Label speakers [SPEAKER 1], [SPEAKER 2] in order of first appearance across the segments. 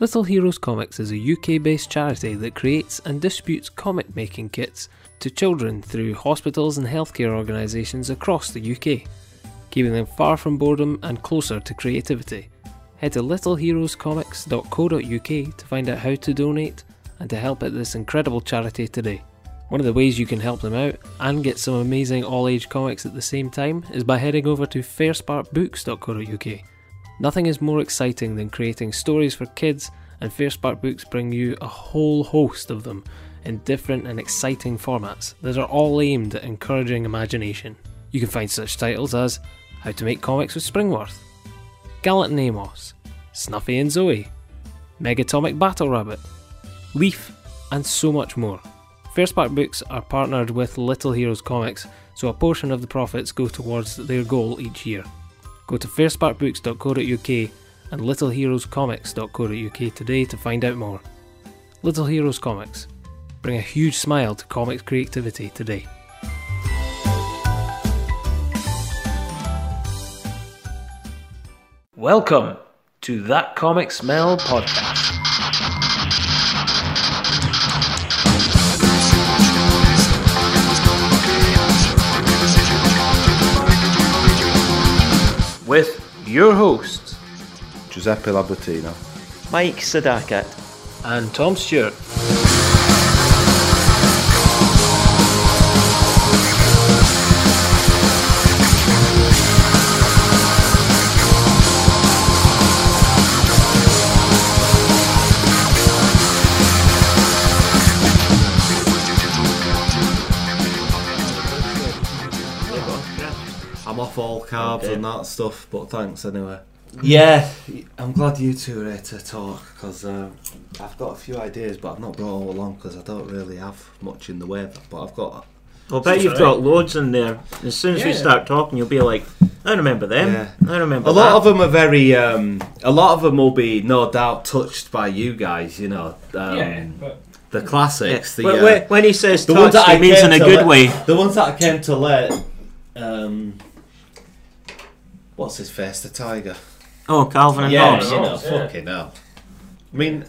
[SPEAKER 1] Little Heroes Comics is a UK based charity that creates and distributes comic making kits to children through hospitals and healthcare organisations across the UK, keeping them far from boredom and closer to creativity. Head to littleheroescomics.co.uk to find out how to donate and to help at this incredible charity today. One of the ways you can help them out and get some amazing all age comics at the same time is by heading over to fairsparkbooks.co.uk. Nothing is more exciting than creating stories for kids, and Fairspark Books bring you a whole host of them in different and exciting formats that are all aimed at encouraging imagination. You can find such titles as How to Make Comics with Springworth, Gallant and Amos, Snuffy and Zoe, Megatomic Battle Rabbit, Leaf, and so much more. Fairspark Books are partnered with Little Heroes Comics, so a portion of the profits go towards their goal each year. Go to fairsparkbooks.co.uk and littleheroescomics.co.uk today to find out more. Little Heroes Comics. Bring a huge smile to comics creativity today. Welcome to That Comic Smell Podcast. With your hosts,
[SPEAKER 2] Giuseppe Labertino.
[SPEAKER 3] Mike Sadakat.
[SPEAKER 1] and Tom Stewart.
[SPEAKER 2] I'm off all carbs and that stuff, but thanks anyway.
[SPEAKER 3] Yeah.
[SPEAKER 2] I'm glad you two are here to talk because um, I've got a few ideas, but I've not brought all along because I don't really have much in the way. But I've got
[SPEAKER 3] I'll bet you've got loads in there. As soon as we start talking, you'll be like, I remember them.
[SPEAKER 2] Yeah.
[SPEAKER 3] I remember
[SPEAKER 2] a lot
[SPEAKER 3] that.
[SPEAKER 2] of them are very. Um, a lot of them will be no doubt touched by you guys. You know, um, the classics. The,
[SPEAKER 3] When-
[SPEAKER 2] uh,
[SPEAKER 3] when, when he says
[SPEAKER 2] the
[SPEAKER 3] touch,
[SPEAKER 2] ones that
[SPEAKER 3] he
[SPEAKER 2] I
[SPEAKER 3] means
[SPEAKER 2] came
[SPEAKER 3] in
[SPEAKER 2] to
[SPEAKER 3] a good
[SPEAKER 2] let-
[SPEAKER 3] way.
[SPEAKER 2] The ones that I came to let. Um, what's his face? The tiger.
[SPEAKER 3] Oh, Calvin and
[SPEAKER 2] Yeah,
[SPEAKER 3] Hobbes.
[SPEAKER 2] you know, fucking hell. I mean,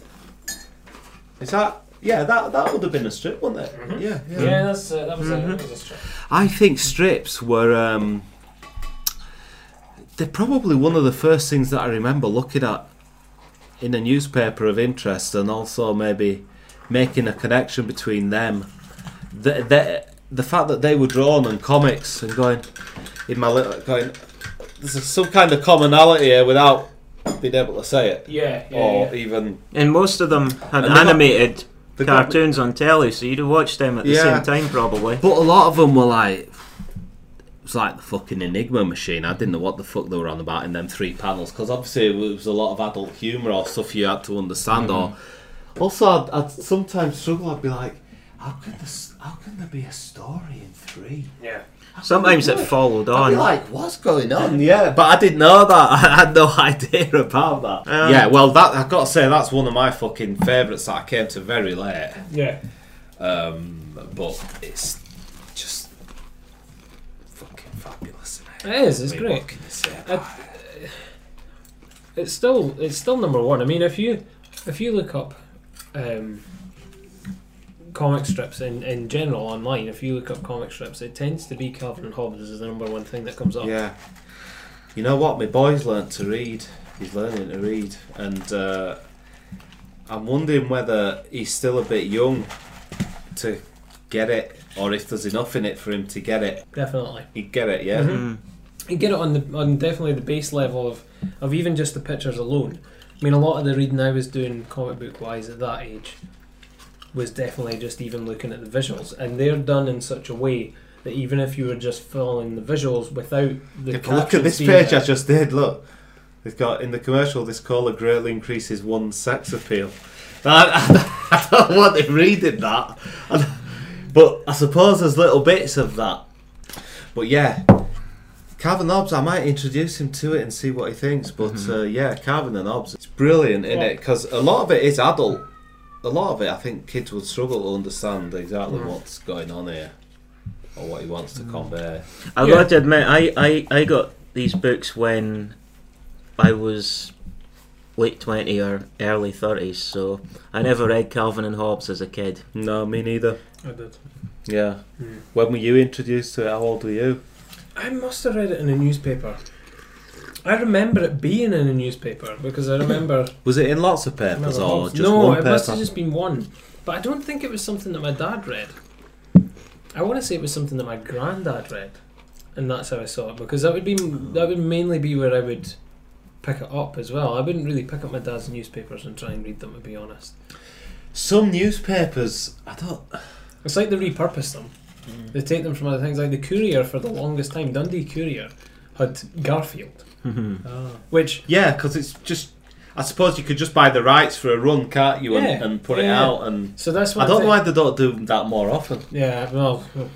[SPEAKER 2] is that? Yeah, that that would have been a strip, wouldn't it? Yeah, yeah.
[SPEAKER 1] that's, uh, that was
[SPEAKER 3] Mm-hmm.
[SPEAKER 1] a, that was a strike.
[SPEAKER 2] I think strips were. Um, they're probably one of the first things that I remember looking at in a newspaper of interest, and also maybe making a connection between them. The the, the fact that they were drawn on comics and going in my little going. There's some kind of commonality here without being able to say it
[SPEAKER 1] Yeah,
[SPEAKER 2] or even
[SPEAKER 3] And most of them had
[SPEAKER 2] And they got-
[SPEAKER 3] animated
[SPEAKER 2] they got-
[SPEAKER 3] cartoons on telly, so you'd have watched them at the
[SPEAKER 2] Yeah.
[SPEAKER 3] same time probably.
[SPEAKER 2] But a lot of them were like, it was like the fucking Enigma machine. I didn't know what the fuck they were on about in them three panels because obviously it was a lot of adult humour or stuff you had to understand. Or also, I'd, I'd sometimes struggle. I'd be like, how can this? How can there be a story in three?
[SPEAKER 1] yeah.
[SPEAKER 2] How can
[SPEAKER 3] Sometimes
[SPEAKER 2] there
[SPEAKER 3] it
[SPEAKER 2] be?"
[SPEAKER 3] followed
[SPEAKER 2] I'd be
[SPEAKER 3] on.
[SPEAKER 2] like, what's going on? Oh, Yeah, but I didn't know that. I had no idea about that.
[SPEAKER 3] Um,
[SPEAKER 2] yeah, well, that I've got to say that's one of my fucking favourites that I came to very late.
[SPEAKER 1] Yeah.
[SPEAKER 2] Um, but it's just fucking fabulous. Isn't uh,
[SPEAKER 1] It is, it's great. I- it's still it's still number one. I mean, if you if you look up um, comic strips in, in general online, if you look up comic strips, it tends to be Calvin and Hobbes is the number one thing that comes up.
[SPEAKER 2] Yeah. You know what? My boy's learnt to read. He's learning to read, and uh, I'm wondering whether he's still a bit young to get it, or if there's enough in it for him to get it.
[SPEAKER 1] Definitely,
[SPEAKER 2] He'd get it,
[SPEAKER 3] Hmm. Mm-hmm.
[SPEAKER 2] yeah.
[SPEAKER 1] Mhm. you get it on the on definitely the base level of of even just the pictures alone. I mean, a lot of the reading I was doing comic book wise at that age was definitely just even looking at the visuals, and they're done in such a way. That even if you were just following the visuals without the
[SPEAKER 2] If I look at
[SPEAKER 1] captions
[SPEAKER 2] this
[SPEAKER 1] being
[SPEAKER 2] page
[SPEAKER 1] there-
[SPEAKER 2] I just did, look. They've got in the commercial this caller greatly increases one's sex appeal. I, I, I don't want to read it that. And- but I suppose there's little bits of that. But yeah. Calvin and Hobbes, I might introduce him to it and see what he thinks. But uh, yeah, Calvin and Hobbes, it's brilliant in it because a lot of it is adult. A lot of it, I think, kids would struggle to understand exactly
[SPEAKER 1] Mm.
[SPEAKER 2] what's going on here or what he wants to convey.
[SPEAKER 3] I've
[SPEAKER 1] Yeah.
[SPEAKER 3] got to admit, I, I, I got these books when I was late 20 or early 30s, so I never read Calvin and Hobbes as a kid.
[SPEAKER 2] No, me neither.
[SPEAKER 1] I did.
[SPEAKER 2] Yeah.
[SPEAKER 1] Hmm.
[SPEAKER 2] When were you introduced to it? How old were you?
[SPEAKER 1] I must have read it in a newspaper. I remember it being in a newspaper because I remember.
[SPEAKER 2] Was it in lots of papers
[SPEAKER 1] remember
[SPEAKER 2] or
[SPEAKER 1] Hobbes.
[SPEAKER 2] just
[SPEAKER 1] no,
[SPEAKER 2] one
[SPEAKER 1] it
[SPEAKER 2] paper?
[SPEAKER 1] must have just been one. But I don't think it was something that my dad read. I want to say it was something that my granddad read, and that's how I saw it because that would be that would mainly be where I would pick it up as well. I wouldn't really pick up my dad's newspapers and try and read them to be honest.
[SPEAKER 2] Some newspapers, I don't.
[SPEAKER 1] It's like they repurpose them. They take them from other things. Like the Courier for the longest time, Dundee Courier had Garfield,
[SPEAKER 2] Ah.
[SPEAKER 1] which
[SPEAKER 2] Yeah, because it's just. I suppose you could just buy the rights for a run, can't you? And,
[SPEAKER 1] Yeah,
[SPEAKER 2] and put it
[SPEAKER 1] yeah.
[SPEAKER 2] out. And
[SPEAKER 1] so that's
[SPEAKER 2] I
[SPEAKER 1] one
[SPEAKER 2] don't know
[SPEAKER 1] thing-
[SPEAKER 2] why they don't do that more often.
[SPEAKER 1] Yeah, well,
[SPEAKER 3] And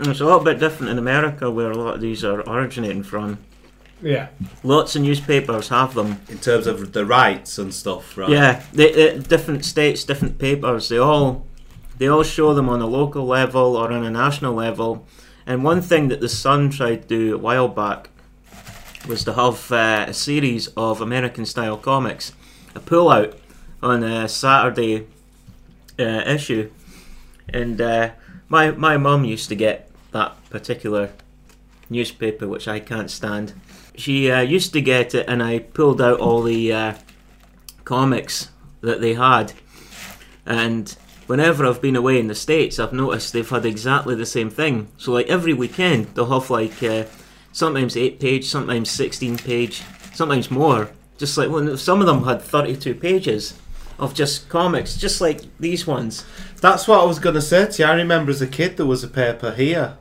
[SPEAKER 3] Mm, it's a little bit different in America where a lot of these are originating from.
[SPEAKER 1] yeah.
[SPEAKER 3] Lots of newspapers have them.
[SPEAKER 2] in terms of the rights and stuff, right?
[SPEAKER 3] Yeah, they, they, different states, different papers. They all they all show them on a local level or on a national level. And one thing that the Sun tried to do a while back was to have uh, a series of American style comics, a pull out on a Saturday uh, issue. And uh, my my mum used to get that particular newspaper, which I can't stand. She uh, used to get it, and I pulled out all the. Uh, comics that they had. And whenever I've been away in the States, I've noticed they've had exactly the same thing. So, like every weekend, they'll have like uh, sometimes 8 page, sometimes 16 page, sometimes more. Just like when some of them had 32 pages of just comics, just like these ones.
[SPEAKER 2] That's what I was going to say to you. I remember as a kid there was a paper here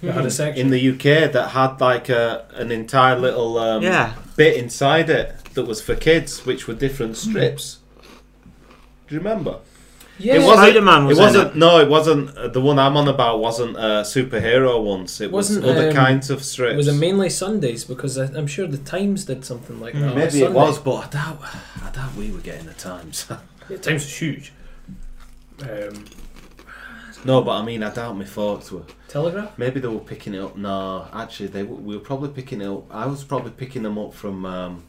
[SPEAKER 1] They had a section.
[SPEAKER 2] Hmm. in the UK that had like a, an entire little um,
[SPEAKER 3] yeah.
[SPEAKER 2] bit inside it that was for kids, which were different strips. Do you remember?
[SPEAKER 1] yeah,
[SPEAKER 2] it wasn't-
[SPEAKER 3] Spider Man was
[SPEAKER 2] it
[SPEAKER 3] in
[SPEAKER 2] wasn't. No, it wasn't. Uh, the one I'm on about wasn't uh, superhero ones. It
[SPEAKER 1] Wasn't,
[SPEAKER 2] was other
[SPEAKER 1] um,
[SPEAKER 2] kinds of strips.
[SPEAKER 1] it was a mainly Sundays because I, I'm sure the Times did something like that. on a
[SPEAKER 2] Hmm, Maybe it
[SPEAKER 1] Sunday.
[SPEAKER 2] was, but I doubt. I doubt we were getting the times.
[SPEAKER 1] The Times was huge. Um,
[SPEAKER 2] no, but I mean, I doubt my folks were.
[SPEAKER 1] Telegraph.
[SPEAKER 2] Maybe they were picking it up. No, actually, they were, we were probably picking it up. I was probably picking them up from um,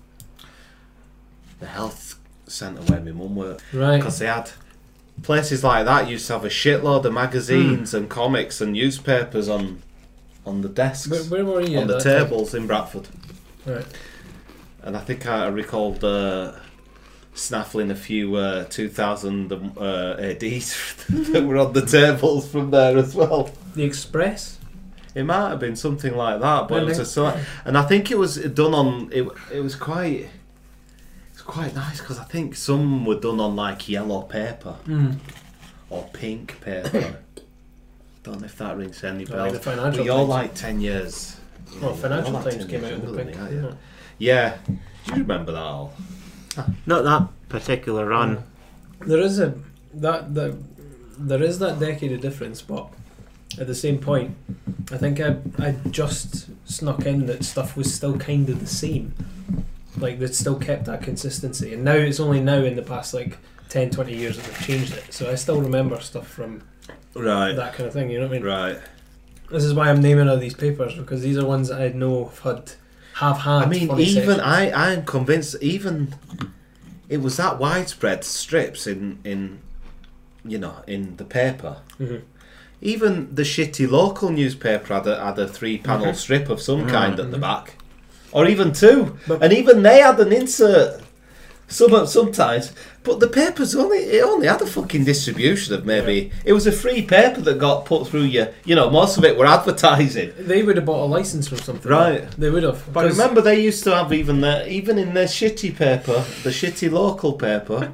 [SPEAKER 2] the health centre where my mum worked
[SPEAKER 1] Right.
[SPEAKER 2] because they had places like that used to have a shitload of
[SPEAKER 1] Hmm.
[SPEAKER 2] magazines and comics and newspapers on on the desks
[SPEAKER 1] Where, where were you?
[SPEAKER 2] on
[SPEAKER 1] at
[SPEAKER 2] the
[SPEAKER 1] that time?
[SPEAKER 2] tables in Bradford.
[SPEAKER 1] Right.
[SPEAKER 2] And I think I recalled uh, snaffling a few uh, 2000 um, uh, ADs that were on the tables from there as well.
[SPEAKER 1] The Express.
[SPEAKER 2] It might have been something like that, but it was
[SPEAKER 1] Maybe.
[SPEAKER 2] a sort, and I think it was done on. It it was quite. It's quite nice because I think some were done on like yellow paper
[SPEAKER 1] Mm.
[SPEAKER 2] or pink paper. Don't know if that rings any bells.
[SPEAKER 1] the
[SPEAKER 2] But
[SPEAKER 1] Financial
[SPEAKER 2] you're
[SPEAKER 1] Times.
[SPEAKER 2] like ten years. you
[SPEAKER 1] well,
[SPEAKER 2] know,
[SPEAKER 1] Financial
[SPEAKER 2] you're like
[SPEAKER 1] Times
[SPEAKER 2] 10
[SPEAKER 1] came out
[SPEAKER 2] years
[SPEAKER 1] in the
[SPEAKER 2] older
[SPEAKER 1] pink.
[SPEAKER 2] than me,
[SPEAKER 1] didn't
[SPEAKER 2] aren't
[SPEAKER 1] it?
[SPEAKER 2] you? Yeah. Do you remember that all?
[SPEAKER 3] Not that particular run.
[SPEAKER 1] There is a that that there is that decade of difference, but at the same point, I think I I just snuck in that stuff was still kind of the same, like they still kept that consistency, and now it's only now in the past like 10, 20 years that they've changed it. So I still remember stuff from
[SPEAKER 2] Right.
[SPEAKER 1] that kind of thing. You know what I mean?
[SPEAKER 2] Right.
[SPEAKER 1] This is why I'm naming all these papers because these are ones that I know have had have had.
[SPEAKER 2] I mean,
[SPEAKER 1] funny
[SPEAKER 2] even
[SPEAKER 1] sections.
[SPEAKER 2] I, I am convinced even it was that widespread strips in in you know in the paper.
[SPEAKER 1] Mhm.
[SPEAKER 2] Even the shitty local newspaper had a, had a three panel strip of some kind at the back, or even two,
[SPEAKER 1] But-
[SPEAKER 2] and even they had an insert. Some sometimes, but the papers only it only had a fucking distribution of maybe it was a free paper that got put through you. You know, most of it were advertising.
[SPEAKER 1] they would have bought a license from something.
[SPEAKER 2] Right.
[SPEAKER 1] They would have.
[SPEAKER 2] But
[SPEAKER 1] 'cause-
[SPEAKER 2] remember, they used to have even their even in their shitty paper, the shitty local paper,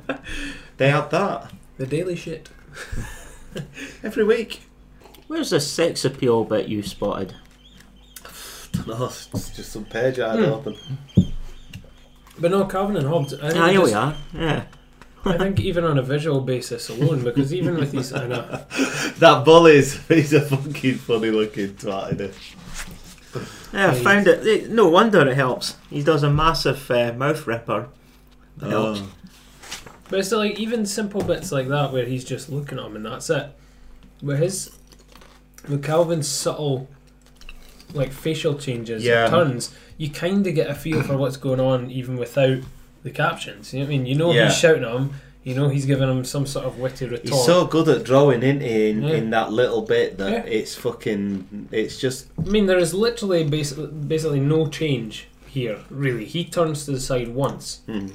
[SPEAKER 2] they had that
[SPEAKER 1] the Daily Shit.
[SPEAKER 2] every week.
[SPEAKER 3] Where's the sex appeal bit you spotted?
[SPEAKER 2] No, it's just some page I had
[SPEAKER 1] Hmm.
[SPEAKER 2] open.
[SPEAKER 1] But no, Calvin and Hobbes. I think
[SPEAKER 3] Ah,
[SPEAKER 1] it
[SPEAKER 3] here we
[SPEAKER 1] just-
[SPEAKER 3] are. Yeah.
[SPEAKER 1] I think even on a visual basis alone, because even with these, I know,
[SPEAKER 2] That bullies, he's a fucking funny looking twat. Isn't he?
[SPEAKER 3] Yeah, I
[SPEAKER 1] Right.
[SPEAKER 3] found it. it- No wonder it helps. He does a massive uh, mouth ripper. It helps.
[SPEAKER 2] Oh.
[SPEAKER 1] but it's like even simple bits like that where he's just looking at him and that's it. Where his, with Calvin's subtle, like facial changes,
[SPEAKER 2] Yeah.
[SPEAKER 1] turns, you kind of get a feel for what's going on even without the captions. You know what I mean? You know
[SPEAKER 2] Yeah.
[SPEAKER 1] he's shouting at him. You know he's giving him some sort of witty retort.
[SPEAKER 2] He's so good at drawing in in,
[SPEAKER 1] Yeah.
[SPEAKER 2] in that little bit that
[SPEAKER 1] Yeah.
[SPEAKER 2] it's fucking. It's just
[SPEAKER 1] I mean, there is literally basically, basically no change here, really. He turns to the side once
[SPEAKER 2] mm,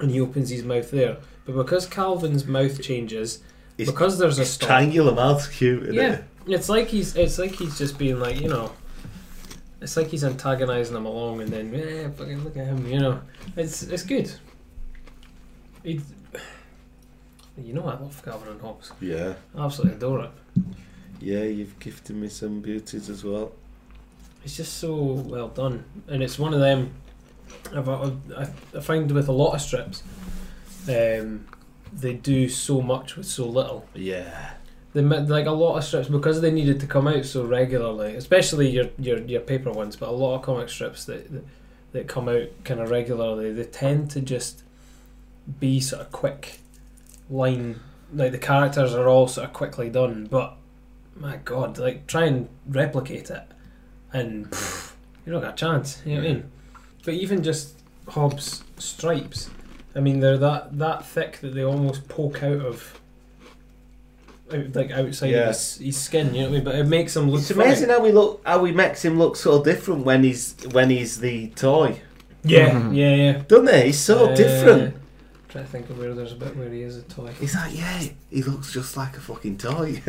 [SPEAKER 1] and he opens his mouth there. But because Calvin's mouth changes,
[SPEAKER 2] It's-
[SPEAKER 1] because there's a stop,
[SPEAKER 2] triangular mouth cute. Isn't
[SPEAKER 1] yeah,
[SPEAKER 2] it?
[SPEAKER 1] it's like he's it's like he's just being like you know, it's like he's antagonising him along, and then eh, fucking look at him, you know, it's it's good. It, you know, I love Calvin and Hobbes.
[SPEAKER 2] yeah,
[SPEAKER 1] I absolutely adore it.
[SPEAKER 2] yeah. You've gifted me some beauties as well.
[SPEAKER 1] It's just so well done, and it's one of them. I've, I, I find with a lot of strips, um, they do so much with so little.
[SPEAKER 2] Yeah,
[SPEAKER 1] They ma- like a lot of strips because they needed to come out so regularly, especially your your, your paper ones. But a lot of comic strips that that, that come out kind of regularly, they tend to just be sort of quick line. Like the characters are all sort of quickly done, but my god, like try and replicate it, and pff, you don't got a chance. You know what I mean? But even just Hobbs stripes, I mean they're that that thick that they almost poke out of. Out, like outside
[SPEAKER 2] Yeah.
[SPEAKER 1] of his, his skin, you know what I mean? But it makes him look.
[SPEAKER 2] it's amazing
[SPEAKER 1] funny.
[SPEAKER 2] how we look, how he makes him look so different when he's when he's the toy,
[SPEAKER 1] Yeah,
[SPEAKER 3] Mhm.
[SPEAKER 1] yeah, yeah.
[SPEAKER 2] doesn't he? He's so
[SPEAKER 1] Uh,
[SPEAKER 2] different.
[SPEAKER 1] Trying to think of where there's a bit where he is a toy.
[SPEAKER 2] He's like, yeah, he looks just like a fucking toy.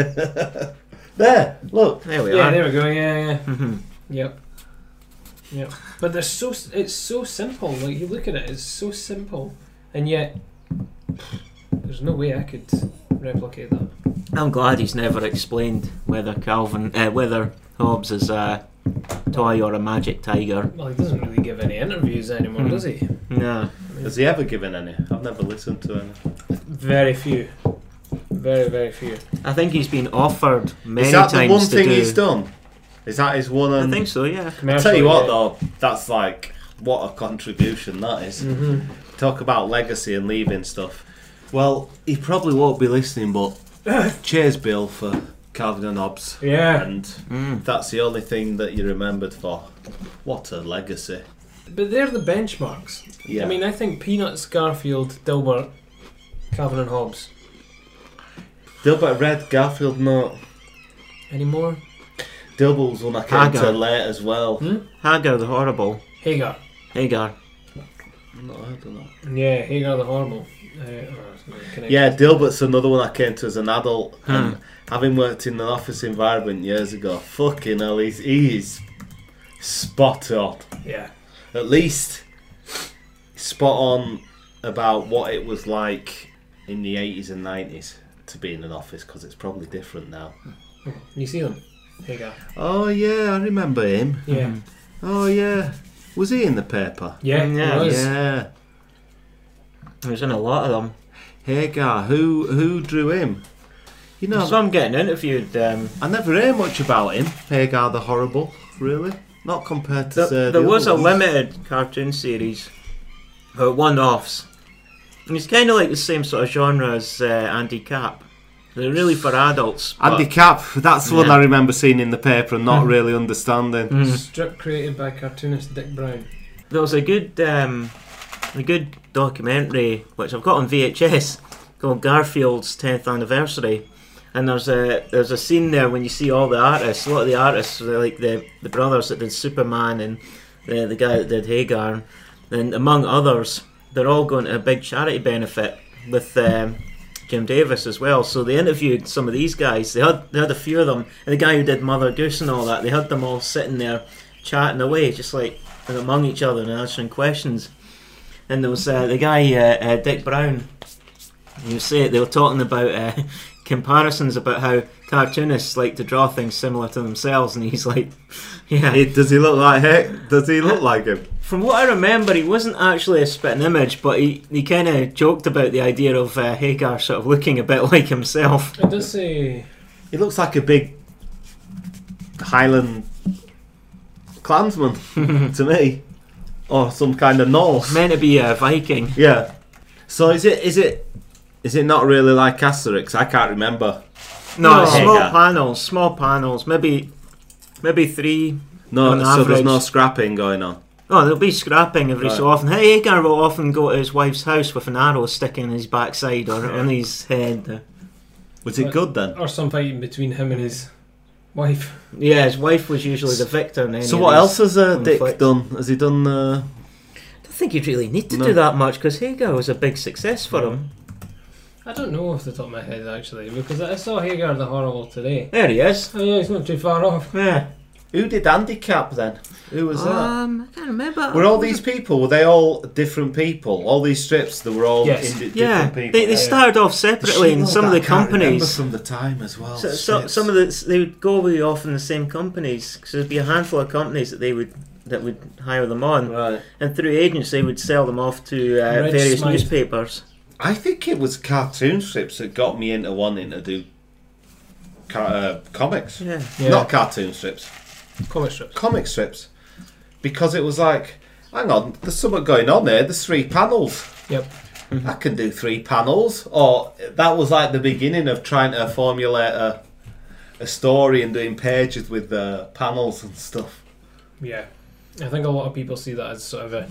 [SPEAKER 2] there, look.
[SPEAKER 3] There we
[SPEAKER 1] Yeah,
[SPEAKER 3] are.
[SPEAKER 1] there we go. Yeah, yeah.
[SPEAKER 3] Mhm.
[SPEAKER 1] Yep. Yep. But they're so s- it's so simple. Like you look at it, it's so simple, and yet there's no way I could replicate that.
[SPEAKER 3] I'm glad he's never explained whether Calvin, uh, whether Hobbes is a toy or a magic tiger.
[SPEAKER 1] Well, he doesn't really give any interviews anymore,
[SPEAKER 3] Hmm.
[SPEAKER 1] does he?
[SPEAKER 3] No.
[SPEAKER 1] I mean,
[SPEAKER 2] Has he ever given any? I've never listened to any.
[SPEAKER 1] very few. Very very few.
[SPEAKER 3] I think he's been offered many
[SPEAKER 2] Is that the
[SPEAKER 3] times
[SPEAKER 2] one
[SPEAKER 3] to
[SPEAKER 2] thing
[SPEAKER 3] do.
[SPEAKER 2] he's done? Is that his one?
[SPEAKER 3] I
[SPEAKER 2] And...
[SPEAKER 3] think so. Yeah.
[SPEAKER 2] I'll tell you what, though, that's like what a contribution that is.
[SPEAKER 1] hmm
[SPEAKER 2] Talk about legacy and leaving stuff. Well, he probably won't be listening, but cheers, Bill, for Calvin and Hobbes.
[SPEAKER 1] Yeah.
[SPEAKER 2] And
[SPEAKER 3] Mm.
[SPEAKER 2] that's the only thing that you're remembered for. What a legacy!
[SPEAKER 1] But they're the benchmarks.
[SPEAKER 2] Yeah,
[SPEAKER 1] I mean, I think Peanuts, Garfield, Dilbert, Calvin and Hobbes.
[SPEAKER 2] Dilbert Red, Garfield, no.
[SPEAKER 1] Any more?
[SPEAKER 2] Dibble's one I came to
[SPEAKER 3] Haggard.
[SPEAKER 2] late as well.
[SPEAKER 1] Hmm?
[SPEAKER 3] Hagar the Horrible.
[SPEAKER 1] Hagar.
[SPEAKER 3] Hagar.
[SPEAKER 2] I've not heard of that.
[SPEAKER 1] Yeah, Hagar the Horrible. Uh, oh, it's not connected.
[SPEAKER 2] Yeah, Dilbert's another one I came to as an adult.
[SPEAKER 3] Hmm.
[SPEAKER 2] And having worked in an office environment years ago, fucking hell, he's, he's spot on.
[SPEAKER 1] Yeah.
[SPEAKER 2] At least spot on about what it was like in the 80s and 90s to be in an office because it's probably different now.
[SPEAKER 1] You see them? Hagar.
[SPEAKER 2] Oh, yeah, I remember him.
[SPEAKER 1] Yeah.
[SPEAKER 3] Mhm.
[SPEAKER 2] Oh, yeah. Was he in the paper?
[SPEAKER 1] Yeah,
[SPEAKER 3] Yeah,
[SPEAKER 1] it was.
[SPEAKER 2] Yeah.
[SPEAKER 3] He was in a lot of them.
[SPEAKER 2] Hagar, who who drew him? You know,
[SPEAKER 3] Some getting interviewed. Um,
[SPEAKER 2] I never hear much about him. Hagar the Horrible, really. Not compared to
[SPEAKER 3] Th-
[SPEAKER 2] say, the
[SPEAKER 3] there was a
[SPEAKER 2] other ones.
[SPEAKER 3] limited cartoon series, uh, one-offs. And it's kind of like the same sort of genre as uh, Andy Cap. They're really for adults. but-
[SPEAKER 2] Andy Cap, that's the one
[SPEAKER 3] Yeah.
[SPEAKER 2] I remember seeing in the paper and not
[SPEAKER 3] Hmm.
[SPEAKER 2] really understanding.
[SPEAKER 3] Mm.
[SPEAKER 1] Strip created by cartoonist Dick Brown.
[SPEAKER 3] There was a good, um, a good documentary which I've got on VHS called Garfield's 10th Anniversary, and there's a there's a scene there when you see all the artists. A lot of the artists, they're like the the brothers that did Superman and the the guy that did Hagar, and among others, they're all going to a big charity benefit with. Um, Jim Davis as well. So they interviewed some of these guys. They had they had a few of them, and the guy who did Mother Goose and all that. They had them all sitting there chatting away, just like and among each other and answering questions. And there was uh, the guy uh, uh, Dick Brown. You say it, they were talking about uh, comparisons about how cartoonists like to draw things similar to themselves, and he's like, "Yeah,
[SPEAKER 2] He- does he look like Hagar? Does he look like him?
[SPEAKER 3] from what I remember, he wasn't actually a spitting image, but he, he kind of joked about the idea of uh, Hagar sort of looking a bit like himself.
[SPEAKER 1] It does say.
[SPEAKER 2] He looks like a big Highland clansman to me, or some kind of Norse.
[SPEAKER 3] Meant to be a Viking.
[SPEAKER 2] Yeah. So is it is it is it not really like Asterix? I can't remember.
[SPEAKER 3] No,
[SPEAKER 1] No.
[SPEAKER 3] it's small
[SPEAKER 2] Hagar.
[SPEAKER 3] panels, small panels, maybe maybe three.
[SPEAKER 2] No,
[SPEAKER 3] On
[SPEAKER 2] so there's no
[SPEAKER 3] average.
[SPEAKER 2] scrapping going on.
[SPEAKER 3] Oh, there'll be scrapping every so
[SPEAKER 2] Right.
[SPEAKER 3] often. Hey, Hagar will often go to his wife's house with an arrow sticking in his backside or on his head.
[SPEAKER 2] Was it good then?
[SPEAKER 1] Or some fighting between him and his wife.
[SPEAKER 3] Yeah, his wife was usually the victor. In any
[SPEAKER 2] So
[SPEAKER 3] of
[SPEAKER 2] what
[SPEAKER 3] these.
[SPEAKER 2] else has uh,
[SPEAKER 3] on
[SPEAKER 2] Dick
[SPEAKER 3] foot.
[SPEAKER 2] done? Has he done? Uh,
[SPEAKER 3] I don't think you'd really need to
[SPEAKER 2] No.
[SPEAKER 3] do that much because Hagar was a big success for him.
[SPEAKER 1] I don't know off the top of my head actually, because I saw Hagar the Horrible today.
[SPEAKER 3] There he is.
[SPEAKER 1] Oh yeah, he's not too far off.
[SPEAKER 3] Yeah.
[SPEAKER 2] who did handicap then? Who was that?
[SPEAKER 3] um, I can't remember.
[SPEAKER 2] Were all these people? Were they all different people? All these strips, they were all
[SPEAKER 1] Yes.
[SPEAKER 2] indi-
[SPEAKER 3] Yeah,
[SPEAKER 2] different people.
[SPEAKER 3] they, they started off separately in
[SPEAKER 2] Shitload
[SPEAKER 3] some of
[SPEAKER 2] that
[SPEAKER 3] the
[SPEAKER 2] I can't remember
[SPEAKER 3] companies.
[SPEAKER 2] from the time as well.
[SPEAKER 3] So, so,
[SPEAKER 2] Shit.
[SPEAKER 3] some of the they would go away off in the same companies because there'd be a handful of companies that they would that would hire them on,
[SPEAKER 2] right.
[SPEAKER 3] and through agents they would sell them off to uh,
[SPEAKER 1] Red
[SPEAKER 3] various
[SPEAKER 1] Smythe.
[SPEAKER 3] newspapers.
[SPEAKER 2] I think it was cartoon strips that got me into wanting to do ca- uh, comics,
[SPEAKER 3] Yeah,
[SPEAKER 1] Yeah.
[SPEAKER 2] not cartoon strips.
[SPEAKER 1] comic strips.
[SPEAKER 2] comic strips because it was like, hang on, there's something going on there. There's three panels.
[SPEAKER 1] Yep.
[SPEAKER 2] I can do three panels. Or that was like the beginning of trying to formulate a, a story and doing pages with the panels and stuff.
[SPEAKER 1] Yeah. I think a lot of people see that as sort of a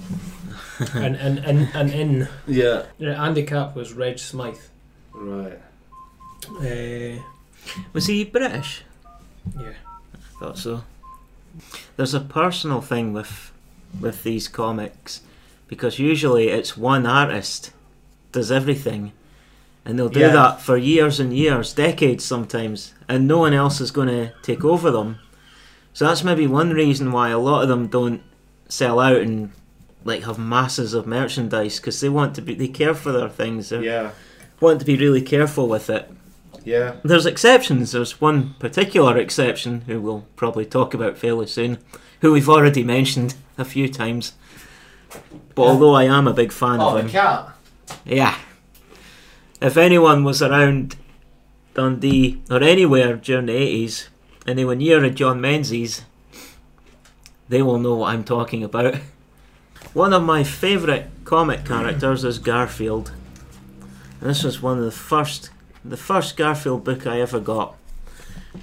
[SPEAKER 1] an an an, an in.
[SPEAKER 2] Yeah.
[SPEAKER 1] Yeah, Andy Cap was Reg Smythe.
[SPEAKER 2] Right.
[SPEAKER 1] Uh, yeah.
[SPEAKER 3] was he British? I thought so. There's a personal thing with with these comics because usually it's one artist does everything, and they'll do
[SPEAKER 2] Yeah.
[SPEAKER 3] that for years and years, decades sometimes, and no one else is going to take over them. So that's maybe one reason why a lot of them don't sell out and like have masses of merchandise because they want to be they care for their things they
[SPEAKER 2] Yeah.
[SPEAKER 3] want to be really careful with it
[SPEAKER 2] Yeah.
[SPEAKER 3] there's exceptions. There's one particular exception who we'll probably talk about fairly soon, who we've already mentioned a few times. But although I am a big fan
[SPEAKER 2] Oh,
[SPEAKER 3] of him,
[SPEAKER 2] cat.
[SPEAKER 3] yeah. If anyone was around Dundee or anywhere during the 80s and they were near a John Menzies, they will know what I'm talking about. One of my favourite comic characters is Garfield. And this was one of the first the first Garfield book I ever got.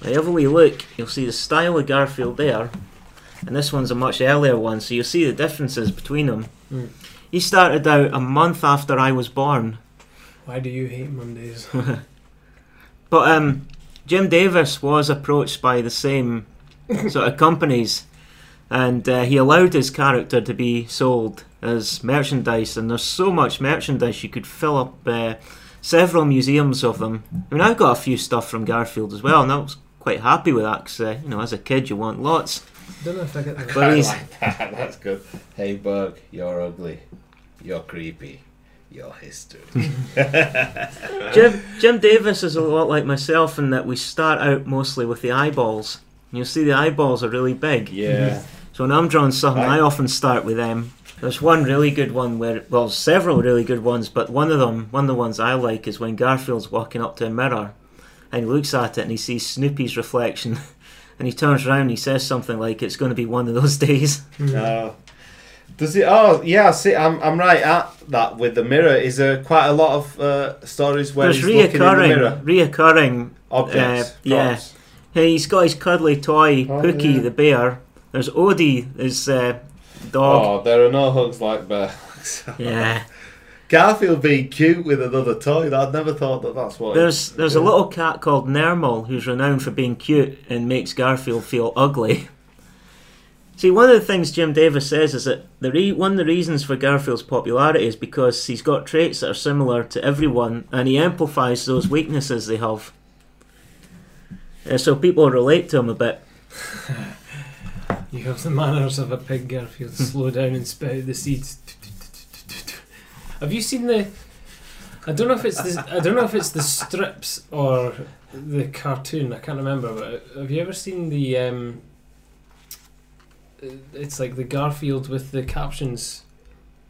[SPEAKER 3] Whenever we look, you'll see the style of Garfield there, and this one's a much earlier one, so you'll see the differences between them.
[SPEAKER 1] Mm.
[SPEAKER 3] He started out a month after I was born.
[SPEAKER 1] Why do you hate Mondays?
[SPEAKER 3] But um, Jim Davis was approached by the same sort of companies, and uh, he allowed his character to be sold as merchandise. And there's so much merchandise you could fill up uh, several museums of them. I mean, I've got a few stuff from Garfield as well, and I was quite happy with that 'cause, uh, you know, as a kid, you want lots.
[SPEAKER 1] don't know if I get that.
[SPEAKER 3] But he's
[SPEAKER 2] like that. That's good. Hey, Bug, you're ugly. You're creepy. Your history.
[SPEAKER 3] Jim, Jim Davis is a lot like myself in that we start out mostly with the eyeballs. You'll see the eyeballs are really big.
[SPEAKER 2] Yeah.
[SPEAKER 3] So when I'm drawing something,
[SPEAKER 2] Right.
[SPEAKER 3] I often start with them. There's one really good one where, well, several really good ones, but one of them, one of the ones I like is when Garfield's walking up to a mirror and he looks at it and he sees Snoopy's reflection and he turns around and he says something like, it's going to be one of those days.
[SPEAKER 2] No. Does it? Oh, yeah. See, I'm I'm right at that with the mirror. Is there quite a lot of uh, stories where
[SPEAKER 3] There's
[SPEAKER 2] he's looking in the mirror
[SPEAKER 3] reoccurring, reoccurring
[SPEAKER 2] objects?
[SPEAKER 3] uh, yeah.
[SPEAKER 2] props?
[SPEAKER 3] Hey, he's got his cuddly toy,
[SPEAKER 2] Oh,
[SPEAKER 3] Pookie
[SPEAKER 2] yeah.
[SPEAKER 3] the bear. There's Odie, his uh, dog.
[SPEAKER 2] Oh, there are no hugs like bear. Oh.
[SPEAKER 3] Yeah.
[SPEAKER 2] Garfield being cute with another toy. I'd never thought that that's what.
[SPEAKER 3] There's there's a
[SPEAKER 2] Yeah.
[SPEAKER 3] little cat called Nermal who's renowned for being cute and makes Garfield feel ugly. See, one of the things Jim Davis says is that the re- one of the reasons for Garfield's popularity is because he's got traits that are similar to everyone, and he amplifies those weaknesses they have. Uh, so people relate to him a bit.
[SPEAKER 1] You have the manners of a pig, Garfield. Slow down and spit out the seeds. Have you seen the? I don't know if it's the. I don't know if it's the strips or the cartoon. I can't remember. But have you ever seen the? Um, it's like the Garfield with the captions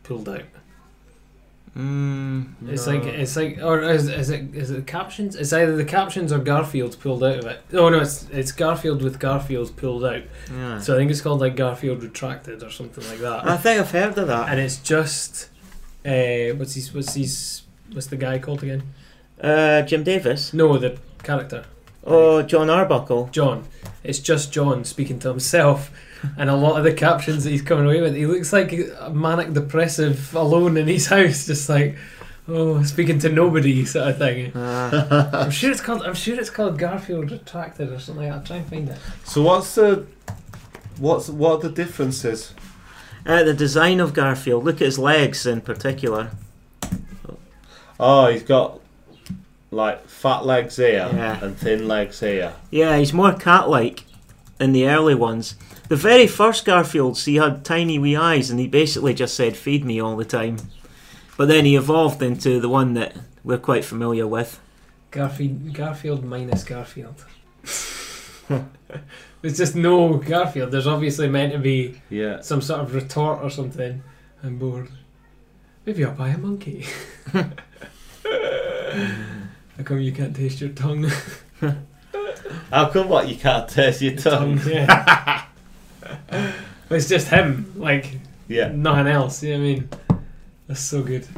[SPEAKER 1] pulled out.
[SPEAKER 3] Mm,
[SPEAKER 1] It's
[SPEAKER 2] No.
[SPEAKER 1] like it's like or is, is it is it captions? It's either the captions or Garfield pulled out of it. Oh no, it's it's Garfield with Garfield pulled out.
[SPEAKER 3] yeah.
[SPEAKER 1] So I think it's called like Garfield Retracted or something like
[SPEAKER 3] I
[SPEAKER 1] that.
[SPEAKER 3] think I've heard of that.
[SPEAKER 1] And it's just uh, what's his what's his what's the guy called again?
[SPEAKER 3] Uh, Jim Davis.
[SPEAKER 1] No, the character
[SPEAKER 3] Oh, John Arbuckle.
[SPEAKER 1] John. It's just John speaking to himself, and a lot of the captions that he's coming away with, he looks like a manic depressive alone in his house, just like oh, speaking to nobody sort of thing.
[SPEAKER 3] Ah,
[SPEAKER 1] I'm sure it's called. I'm sure it's called Garfield Retracted or something. like that. I'll try and find it.
[SPEAKER 2] So what's the what's what are the differences?
[SPEAKER 3] uh, the design of Garfield. Look at his legs in particular.
[SPEAKER 2] Oh, he's got like fat legs here
[SPEAKER 3] Yeah.
[SPEAKER 2] and thin legs here.
[SPEAKER 3] Yeah, he's more cat-like in the early ones. The very first Garfields, he had tiny wee eyes, and he basically just said "feed me" all the time. But then he evolved into the one that we're quite familiar with.
[SPEAKER 1] Garfield, Garfield minus Garfield. There's just no Garfield. There's obviously meant to be
[SPEAKER 2] Yeah.
[SPEAKER 1] some sort of retort or something. I'm bored. Maybe I'll buy a monkey. How come you can't taste your tongue?
[SPEAKER 2] How come what you can't taste your tongue?
[SPEAKER 1] yeah. it's just him, like
[SPEAKER 2] Yeah.
[SPEAKER 1] nothing else. You know what I mean? That's so good.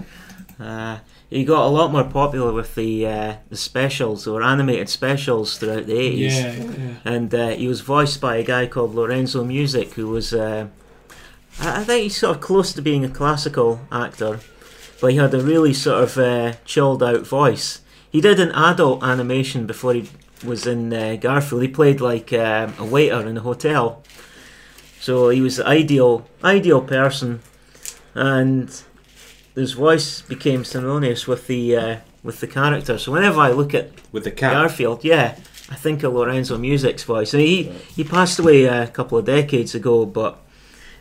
[SPEAKER 3] Uh, he got a lot more popular with the uh, the specials or animated specials throughout the eighties.
[SPEAKER 1] Yeah, yeah.
[SPEAKER 3] and uh, he was voiced by a guy called Lorenzo Music, who was, uh, I I think he's sort of close to being a classical actor, but he had a really sort of uh, chilled out voice. He did an adult animation before he was in uh, Garfield. He played like um a waiter in a hotel, so he was the ideal ideal person, and his voice became synonymous with the uh, with the character. So whenever I look at
[SPEAKER 2] With the cat.
[SPEAKER 3] Garfield, yeah. I think of Lorenzo Music's voice. And he he passed away uh, a couple of decades ago, but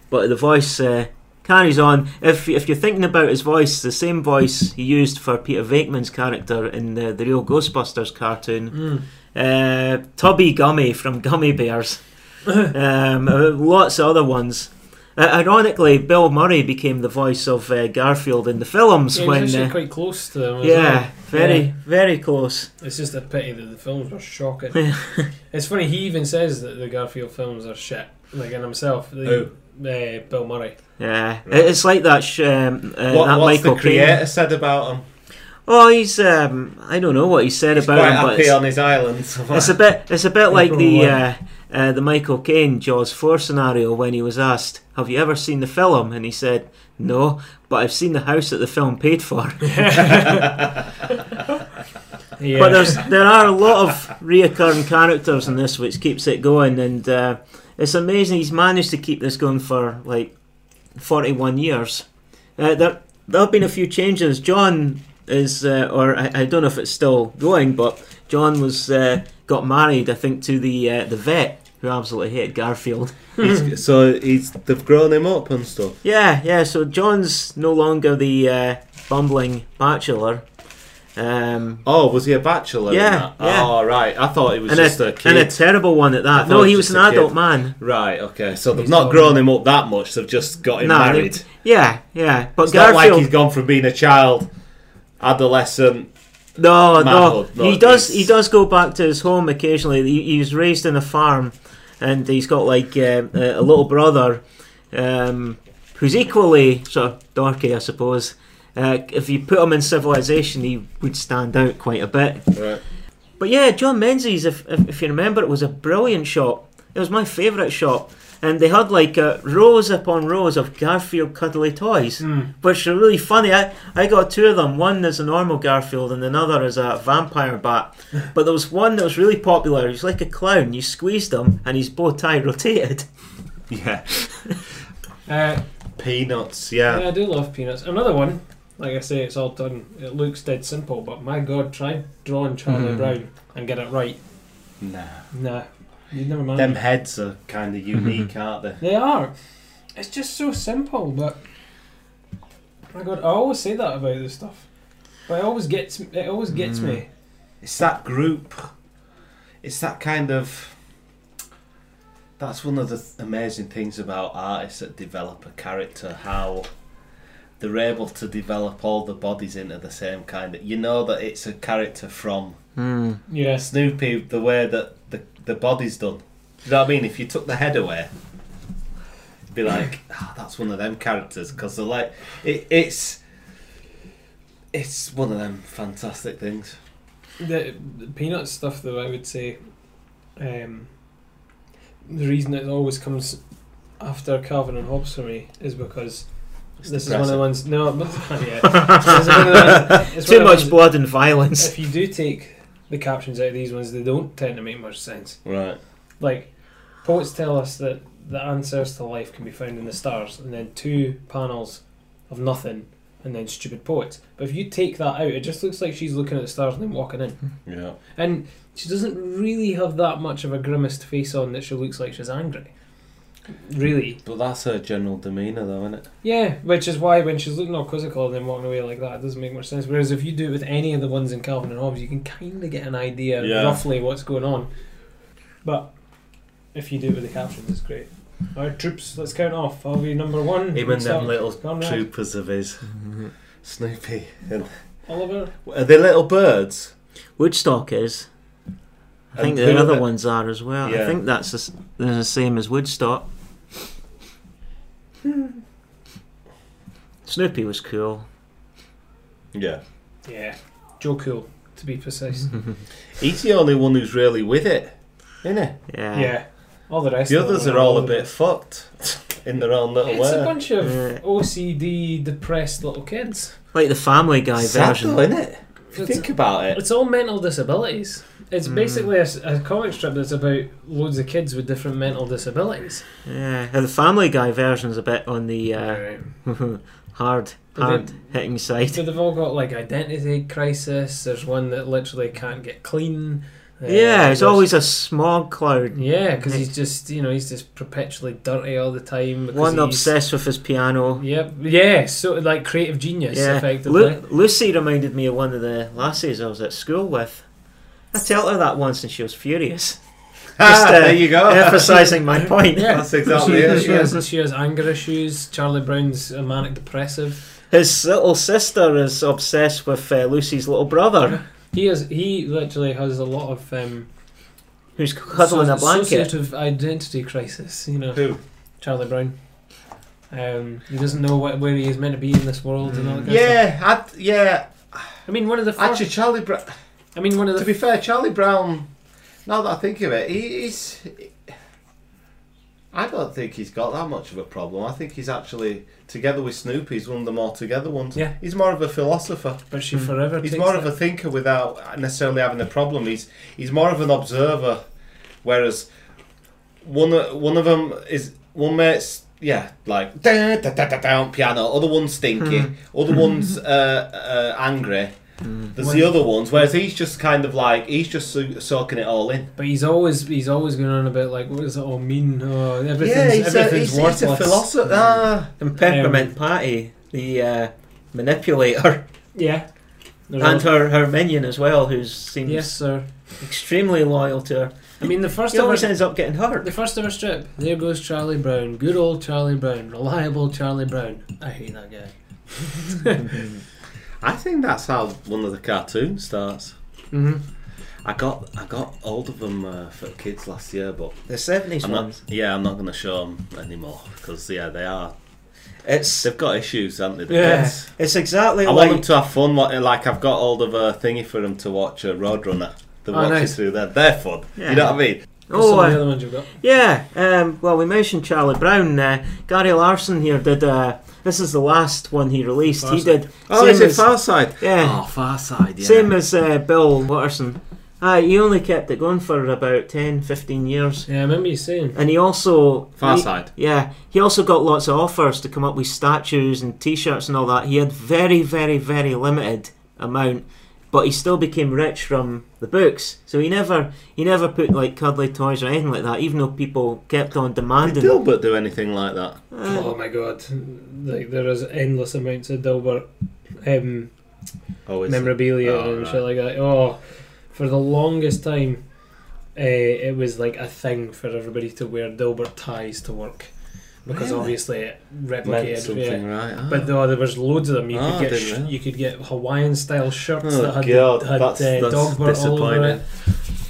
[SPEAKER 3] but the voice uh, carries on. If if you're thinking about his voice, the same voice he used for Peter Vakeman's character in the the real Ghostbusters cartoon,
[SPEAKER 1] Mm.
[SPEAKER 3] uh, Tubby Gummy from Gummy Bears, um, uh, lots of other ones. Uh, ironically, Bill Murray became the voice of uh, Garfield in the films
[SPEAKER 1] Yeah, he was
[SPEAKER 3] when.
[SPEAKER 1] actually
[SPEAKER 3] Uh,
[SPEAKER 1] quite close to them. As well.
[SPEAKER 3] yeah, very,
[SPEAKER 1] Yeah.
[SPEAKER 3] very close.
[SPEAKER 1] It's just a pity that the films were shocking. it's funny, he even says that the Garfield films are shit. Like, in himself. The, Uh, Bill Murray.
[SPEAKER 3] Yeah,
[SPEAKER 2] Right.
[SPEAKER 3] it's like that. Sh- um, uh,
[SPEAKER 2] what,
[SPEAKER 3] that
[SPEAKER 2] what's
[SPEAKER 3] Michael
[SPEAKER 2] the
[SPEAKER 3] Caine.
[SPEAKER 2] creator said about him?
[SPEAKER 3] Oh, he's. Um, I don't know what he said
[SPEAKER 2] He's
[SPEAKER 3] about
[SPEAKER 2] quite
[SPEAKER 3] him, but
[SPEAKER 2] happy
[SPEAKER 3] it's,
[SPEAKER 2] on his island.
[SPEAKER 3] it's a bit. It's a bit like the
[SPEAKER 1] probably.
[SPEAKER 3] uh, uh, the Michael Caine Jaws four scenario when he was asked, "Have you ever seen the film?" and he said, "No, but I've seen the house that the film paid for."
[SPEAKER 1] Yeah.
[SPEAKER 3] But there's there are a lot of reoccurring characters in this, which keeps it going, and uh, it's amazing he's managed to keep this going for like 41 years. Uh, there there have been a few changes. John is, uh, or I, I don't know if it's still going, but John was uh, got married, I think, to the uh, the vet who absolutely hated Garfield.
[SPEAKER 2] He's- so he's they've grown him up and stuff.
[SPEAKER 3] Yeah, yeah. So John's no longer the uh, bumbling bachelor. Um,
[SPEAKER 2] Oh, was he a bachelor? in
[SPEAKER 3] Yeah,
[SPEAKER 2] that?
[SPEAKER 3] yeah.
[SPEAKER 2] Oh, right. I thought he was
[SPEAKER 3] and
[SPEAKER 2] just
[SPEAKER 3] a,
[SPEAKER 2] a kid.
[SPEAKER 3] and a terrible one at
[SPEAKER 2] I
[SPEAKER 3] that.
[SPEAKER 2] thought
[SPEAKER 3] No,
[SPEAKER 2] it
[SPEAKER 3] he
[SPEAKER 2] was
[SPEAKER 3] was an
[SPEAKER 2] just a kid.
[SPEAKER 3] adult man.
[SPEAKER 2] Right. Okay. So they've
[SPEAKER 1] He's
[SPEAKER 2] not
[SPEAKER 1] not-
[SPEAKER 2] grown him up that much. They've just got him
[SPEAKER 3] No, they-
[SPEAKER 2] married.
[SPEAKER 3] Yeah, yeah. But
[SPEAKER 2] It's not like
[SPEAKER 3] Garfield,
[SPEAKER 2] he's gone from being a child, adolescent.
[SPEAKER 3] no,
[SPEAKER 2] manhood,
[SPEAKER 3] no,
[SPEAKER 2] no,
[SPEAKER 3] he does.
[SPEAKER 2] he's-
[SPEAKER 3] He does go back to his home occasionally. He, he was raised in a farm, and he's got like uh, a little brother, um, who's equally sort of dorky, I suppose. Uh, if you put him in civilization, he would stand out quite a bit.
[SPEAKER 2] Right.
[SPEAKER 3] But yeah, John Menzies, if, if, if you remember, it was a brilliant shot. It was my favourite shot. And they had like uh, rows upon rows of Garfield cuddly toys,
[SPEAKER 1] Mm.
[SPEAKER 3] which are really funny. I, I got two of them. One is a normal Garfield, and another is a vampire bat. But there was one that was really popular. He was like a clown. You squeezed him, and his bow tie rotated.
[SPEAKER 2] Yeah.
[SPEAKER 1] Uh,
[SPEAKER 2] Peanuts.
[SPEAKER 1] yeah, I do love peanuts. Another one, like I say, it's all done. It looks dead simple, but my god, try drawing Charlie
[SPEAKER 3] Mhm.
[SPEAKER 1] Brown and get it right.
[SPEAKER 2] Nah.
[SPEAKER 1] Nah, you'd never mind.
[SPEAKER 2] Them heads are kind of unique, aren't they?
[SPEAKER 1] They are. It's just so simple, but my god, I always say that about this stuff. But it always gets it always gets
[SPEAKER 3] Mm.
[SPEAKER 1] me.
[SPEAKER 2] It's that group. It's that kind of. That's one of the th- amazing things about artists that develop a character. How they're able to develop all the bodies into the same kind. Of, you know that it's a character from
[SPEAKER 3] Hmm.
[SPEAKER 1] Yes.
[SPEAKER 2] Snoopy. The way that the the body's done. You know what I mean? If you took the head away, it'd be like, ah, that's one of them characters because they're like, it, it's. It's one of them fantastic things.
[SPEAKER 1] The, the peanut stuff, though, I would say, um, the reason it always comes after Calvin and Hobbes for me is because
[SPEAKER 2] It's
[SPEAKER 1] this is one of
[SPEAKER 2] depressing.
[SPEAKER 1] the ones. No, but not yet. It's one of the ones- it's
[SPEAKER 3] Too
[SPEAKER 1] one of the
[SPEAKER 3] much
[SPEAKER 1] ones-
[SPEAKER 3] blood and violence.
[SPEAKER 1] If you do take the captions out of these ones, they don't tend to make much sense.
[SPEAKER 2] Right.
[SPEAKER 1] Like poets tell us that the answers to life can be found in the stars, and then two panels of nothing, and then stupid poets. But if you take that out, it just looks like she's looking at the stars and then walking in.
[SPEAKER 2] Yeah.
[SPEAKER 1] And she doesn't really have that much of a grimaced face on that she looks like she's angry. Really.
[SPEAKER 2] But that's her general demeanour, though, isn't it?
[SPEAKER 1] Yeah, which is why when she's looking all quizzical and then walking away like that, it doesn't make much sense. Whereas if you do it with any of the ones in Calvin and Hobbes, you can kind of get an idea
[SPEAKER 2] Yeah.
[SPEAKER 1] roughly what's going on. But if you do it with the captions, it's great. Alright, troops, let's count off. I'll be number one.
[SPEAKER 2] Him and
[SPEAKER 1] Start-
[SPEAKER 2] them little
[SPEAKER 1] Conrad,
[SPEAKER 2] troopers of his, Snoopy. And
[SPEAKER 1] Oliver.
[SPEAKER 2] are they little birds?
[SPEAKER 3] Woodstock is. I think
[SPEAKER 2] And who
[SPEAKER 3] the
[SPEAKER 2] are
[SPEAKER 3] other
[SPEAKER 2] the-
[SPEAKER 3] ones are as well.
[SPEAKER 2] Yeah.
[SPEAKER 3] I think that's the, s- they're the same as Woodstock. Snoopy was cool.
[SPEAKER 2] Yeah.
[SPEAKER 1] Yeah. Joe Cool, to be precise.
[SPEAKER 2] He's the only one who's really with it, isn't he?
[SPEAKER 3] Yeah.
[SPEAKER 1] yeah. All the rest
[SPEAKER 2] Mm. The
[SPEAKER 1] of them
[SPEAKER 2] others are all a bit fucked in their own little
[SPEAKER 1] It's a
[SPEAKER 2] way.
[SPEAKER 1] bunch of
[SPEAKER 3] Yeah.
[SPEAKER 1] OCD, depressed little kids.
[SPEAKER 3] Like the Family Guy
[SPEAKER 2] Sad
[SPEAKER 3] version.
[SPEAKER 2] though, isn't it? If you
[SPEAKER 1] It's-
[SPEAKER 2] think about it.
[SPEAKER 1] It's all mental disabilities. It's
[SPEAKER 3] Mm.
[SPEAKER 1] basically a, s- a comic strip that's about loads of kids with different mental disabilities.
[SPEAKER 3] Yeah. And the Family Guy version's a bit on the uh,
[SPEAKER 1] Right.
[SPEAKER 3] hard,
[SPEAKER 1] But
[SPEAKER 3] hard hitting side.
[SPEAKER 1] So they've all got like identity crisis. There's one that literally can't get clean. Uh,
[SPEAKER 3] Yeah, it's
[SPEAKER 1] there's-
[SPEAKER 3] always a smog cloud.
[SPEAKER 1] yeah, because he's just you know he's just perpetually dirty all the time. Because
[SPEAKER 3] One
[SPEAKER 1] he's,
[SPEAKER 3] obsessed with his piano.
[SPEAKER 1] Yep. Yeah. So like creative genius,
[SPEAKER 3] Yeah,
[SPEAKER 1] effectively.
[SPEAKER 3] Lu- Lucy reminded me of one of the lassies I was at school with. I told her that once and she was furious,
[SPEAKER 2] Ah,
[SPEAKER 3] uh,
[SPEAKER 2] there you go.
[SPEAKER 3] emphasising my point.
[SPEAKER 1] Yeah.
[SPEAKER 2] That's exactly
[SPEAKER 1] she,
[SPEAKER 2] it.
[SPEAKER 1] She has, she has anger issues. Charlie Brown's a manic depressive.
[SPEAKER 3] His little sister is obsessed with uh, Lucy's little brother,
[SPEAKER 1] He is. He literally has a lot of um,
[SPEAKER 3] who's cuddling a blanket.
[SPEAKER 1] Associative identity crisis, you know.
[SPEAKER 2] Who?
[SPEAKER 1] Charlie Brown. Um, he doesn't know what, where he is meant to be in this world and all that kind of stuff.
[SPEAKER 2] Yeah, I'd, yeah.
[SPEAKER 1] I mean, one of the first.
[SPEAKER 2] Actually, Charlie Brown.
[SPEAKER 1] I mean, one of
[SPEAKER 2] To
[SPEAKER 1] the.
[SPEAKER 2] be fair, Charlie Brown. Now that I think of it, he, he's. I don't think he's got that much of a problem. I think he's actually together with Snoopy. He's one of the more together ones.
[SPEAKER 1] Yeah.
[SPEAKER 2] He's more of a philosopher.
[SPEAKER 1] But she
[SPEAKER 3] Mm.
[SPEAKER 1] forever.
[SPEAKER 2] He's
[SPEAKER 1] takes
[SPEAKER 2] more of
[SPEAKER 1] that-
[SPEAKER 2] a thinker without necessarily having a problem. He's he's more of an observer, whereas one o- one of them is one mate's yeah like da da da da down piano. Other one's stinky.
[SPEAKER 1] Hmm.
[SPEAKER 2] Other one's uh, uh, angry.
[SPEAKER 3] Mm.
[SPEAKER 1] Um,
[SPEAKER 2] There's the other ones. Whereas he's just kind of like he's just so- soaking it all in.
[SPEAKER 1] But he's always he's always going on about like what does it all mean? Oh, everything's
[SPEAKER 2] yeah, he's a,
[SPEAKER 1] everything's
[SPEAKER 2] he's,
[SPEAKER 1] worthless.
[SPEAKER 2] he's a philosopher. Ah,
[SPEAKER 3] And Peppermint Patty, the uh, manipulator,
[SPEAKER 1] Yeah. There's
[SPEAKER 3] and
[SPEAKER 1] all-
[SPEAKER 3] her, her minion as well, who seems
[SPEAKER 1] yes, sir.
[SPEAKER 3] extremely loyal to her.
[SPEAKER 1] I mean, the first
[SPEAKER 3] He always
[SPEAKER 1] ever
[SPEAKER 3] ends up getting hurt.
[SPEAKER 1] the first ever strip. There goes Charlie Brown. Good old Charlie Brown. Reliable Charlie Brown. I hate that guy.
[SPEAKER 2] I think that's how one of the cartoons starts.
[SPEAKER 1] Mm-hmm.
[SPEAKER 2] I got I got hold of them uh, for kids last year, but
[SPEAKER 3] The seventies
[SPEAKER 2] I'm not,
[SPEAKER 3] ones.
[SPEAKER 2] yeah, I'm not going to show them anymore because yeah, they are.
[SPEAKER 3] It's
[SPEAKER 2] They've got issues, haven't they? The
[SPEAKER 1] Yeah.
[SPEAKER 2] kids.
[SPEAKER 3] it's exactly
[SPEAKER 2] I want them
[SPEAKER 3] like
[SPEAKER 2] to have fun. Like, like I've got hold of a thingy for them to watch a Roadrunner. They
[SPEAKER 1] Oh,
[SPEAKER 2] watch
[SPEAKER 1] nice.
[SPEAKER 2] it through there. They're fun.
[SPEAKER 3] Yeah.
[SPEAKER 2] You know what I mean?
[SPEAKER 1] some of
[SPEAKER 3] oh uh,
[SPEAKER 1] the other ones you've got.
[SPEAKER 3] Yeah, um, well, we mentioned Charlie Brown. Uh, Gary Larson here did. Uh, this is the last one he released. He
[SPEAKER 1] Farside.
[SPEAKER 3] did.
[SPEAKER 2] Oh, is it
[SPEAKER 3] as,
[SPEAKER 2] Farside?
[SPEAKER 3] Yeah,
[SPEAKER 2] Oh, Farside. Yeah.
[SPEAKER 3] same as uh, Bill Watterson. Uh, he only kept it going for about 10, 15 years,
[SPEAKER 1] Yeah, I remember you saying.
[SPEAKER 3] and he also he-
[SPEAKER 2] Farside.
[SPEAKER 3] yeah, he also got lots of offers to come up with statues and T-shirts and all that. He had very, very, very limited amount, but he still became rich from the books. So he never, he never put like cuddly toys or anything like that, even though people kept on demanding.
[SPEAKER 2] Did Dilbert do anything like that?
[SPEAKER 3] Uh,
[SPEAKER 1] oh my god, like there is endless amounts of Dilbert um,
[SPEAKER 2] Oh, is
[SPEAKER 1] memorabilia
[SPEAKER 2] Oh,
[SPEAKER 1] and
[SPEAKER 2] right.
[SPEAKER 1] shit like that. Oh, for the longest time, uh, it was like a thing for everybody to wear Dilbert ties to work because
[SPEAKER 2] Really?
[SPEAKER 1] obviously it
[SPEAKER 2] it meant
[SPEAKER 1] replicated.
[SPEAKER 2] something,
[SPEAKER 1] Yeah.
[SPEAKER 2] right? Ah.
[SPEAKER 1] But no, there was loads of them. You
[SPEAKER 2] Ah,
[SPEAKER 1] could get
[SPEAKER 2] didn't
[SPEAKER 1] sh-
[SPEAKER 2] know.
[SPEAKER 1] you could get Hawaiian style shirts
[SPEAKER 2] Oh,
[SPEAKER 1] that had,
[SPEAKER 2] God,
[SPEAKER 1] had
[SPEAKER 2] that's-
[SPEAKER 1] uh, Dogbert
[SPEAKER 2] that's
[SPEAKER 1] all over it.
[SPEAKER 2] disappointing.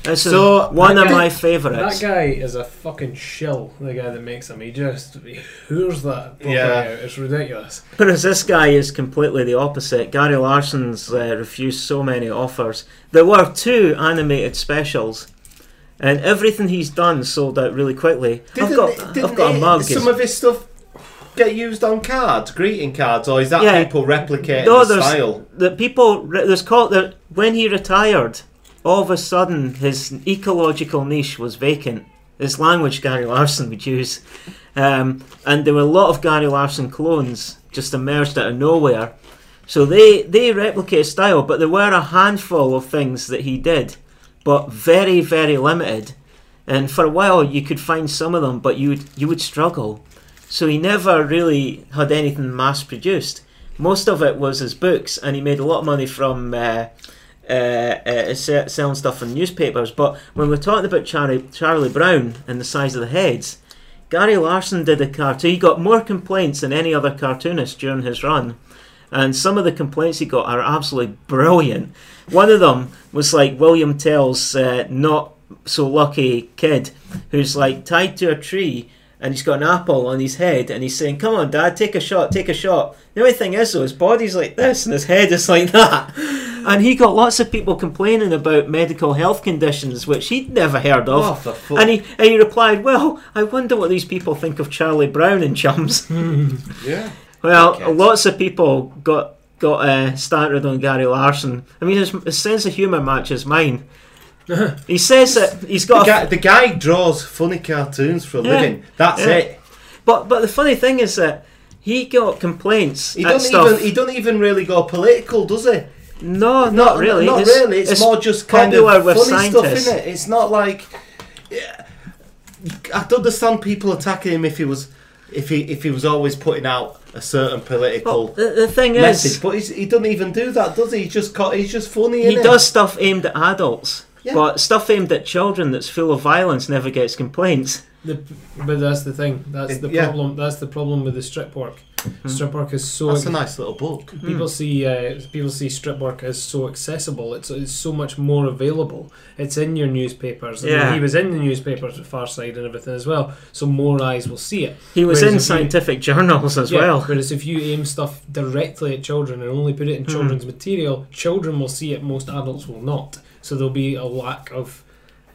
[SPEAKER 3] This is
[SPEAKER 2] So,
[SPEAKER 3] one
[SPEAKER 1] that
[SPEAKER 3] of
[SPEAKER 1] guy-
[SPEAKER 3] my favourites.
[SPEAKER 1] That guy is a fucking shill. The guy that makes him, he just he hoors that. proper
[SPEAKER 2] Yeah.
[SPEAKER 1] out. it's ridiculous.
[SPEAKER 3] Whereas this guy is completely the opposite. Gary Larson's uh, refused so many offers. There were two animated specials. And everything he's done sold out really quickly. I've
[SPEAKER 2] Didn't,
[SPEAKER 3] got,
[SPEAKER 2] it- didn't
[SPEAKER 3] I've got a
[SPEAKER 2] it-
[SPEAKER 3] mug.
[SPEAKER 2] some of his stuff get used on cards, greeting cards, or is that
[SPEAKER 3] Yeah.
[SPEAKER 2] people replicating the
[SPEAKER 3] No, there's-
[SPEAKER 2] style?
[SPEAKER 3] that people re- there's called that when he retired, all of a sudden his ecological niche was vacant. This language Gary Larson would use, um, and there were a lot of Gary Larson clones just emerged out of nowhere. So they they replicate his style, but there were a handful of things that he did, but very very limited. And for a while you could find some of them, but you would you would struggle. So he never really had anything mass produced most of it was his books, and he made a lot of money from uh, uh, uh, se- selling stuff in newspapers. But when we're talking about Charlie, Charlie Brown and the size of the heads, Gary Larson did a cartoon. He got more complaints than any other cartoonist during his run. And some of the complaints he got are absolutely brilliant. One of them was like William Tell's uh, not so lucky kid, who's like tied to a tree and he's got an apple on his head and he's saying, Come on, dad, take a shot, take a shot. The only thing is, though, his body's like this and his head is like that. And he got lots of people complaining about medical health conditions which he'd never heard of.
[SPEAKER 2] Oh, for fuck.
[SPEAKER 3] And he, and he replied, Well, I wonder what these people think of Charlie Brown and chums.
[SPEAKER 2] yeah.
[SPEAKER 3] well,
[SPEAKER 2] Okay.
[SPEAKER 3] lots of people got got uh, started on Gary Larson. I mean, his, his sense of humour matches mine. he says that he's
[SPEAKER 2] The
[SPEAKER 3] got. a-
[SPEAKER 2] guy, the guy draws funny cartoons for a
[SPEAKER 3] Yeah.
[SPEAKER 2] living. That's
[SPEAKER 3] Yeah.
[SPEAKER 2] it.
[SPEAKER 3] but but the funny thing is that he got complaints.
[SPEAKER 2] He
[SPEAKER 3] at
[SPEAKER 2] doesn't
[SPEAKER 3] stuff.
[SPEAKER 2] even he don't even really go political, does he?
[SPEAKER 3] No, not,
[SPEAKER 2] Not
[SPEAKER 3] really.
[SPEAKER 2] Not really. It's, more just kind of
[SPEAKER 3] popular
[SPEAKER 2] funny
[SPEAKER 3] with
[SPEAKER 2] stuff,
[SPEAKER 3] scientists.
[SPEAKER 2] isn't it? It's not like yeah, I'd understand people attacking him if he was if he if he was always putting out a certain
[SPEAKER 3] Well,
[SPEAKER 2] political
[SPEAKER 3] the, the thing
[SPEAKER 2] message,
[SPEAKER 3] is,
[SPEAKER 2] but he's, he doesn't even do that, does he? He's just co- he's just funny.
[SPEAKER 3] he
[SPEAKER 2] innit?
[SPEAKER 3] does stuff aimed at adults,
[SPEAKER 2] Yeah.
[SPEAKER 3] but stuff aimed at children that's full of violence never gets complaints.
[SPEAKER 1] The, but that's the thing. That's the
[SPEAKER 2] Yeah.
[SPEAKER 1] problem. That's the problem with the strip work.
[SPEAKER 3] Mm-hmm.
[SPEAKER 1] Strip work is so
[SPEAKER 2] That's a nice little book.
[SPEAKER 1] people see uh, people see strip work as so accessible. It's it's so much more available. It's in your newspapers. I mean,
[SPEAKER 3] Yeah.
[SPEAKER 1] he was in the newspapers at Farside and everything as well. So more eyes will see it.
[SPEAKER 3] He was
[SPEAKER 1] Whereas
[SPEAKER 3] in
[SPEAKER 1] if you-
[SPEAKER 3] scientific journals as
[SPEAKER 1] Yeah,
[SPEAKER 3] well.
[SPEAKER 1] Whereas if you aim stuff directly at children and only put it in
[SPEAKER 3] Mm-hmm.
[SPEAKER 1] children's material, children will see it. Most adults will not. So there'll be a lack of.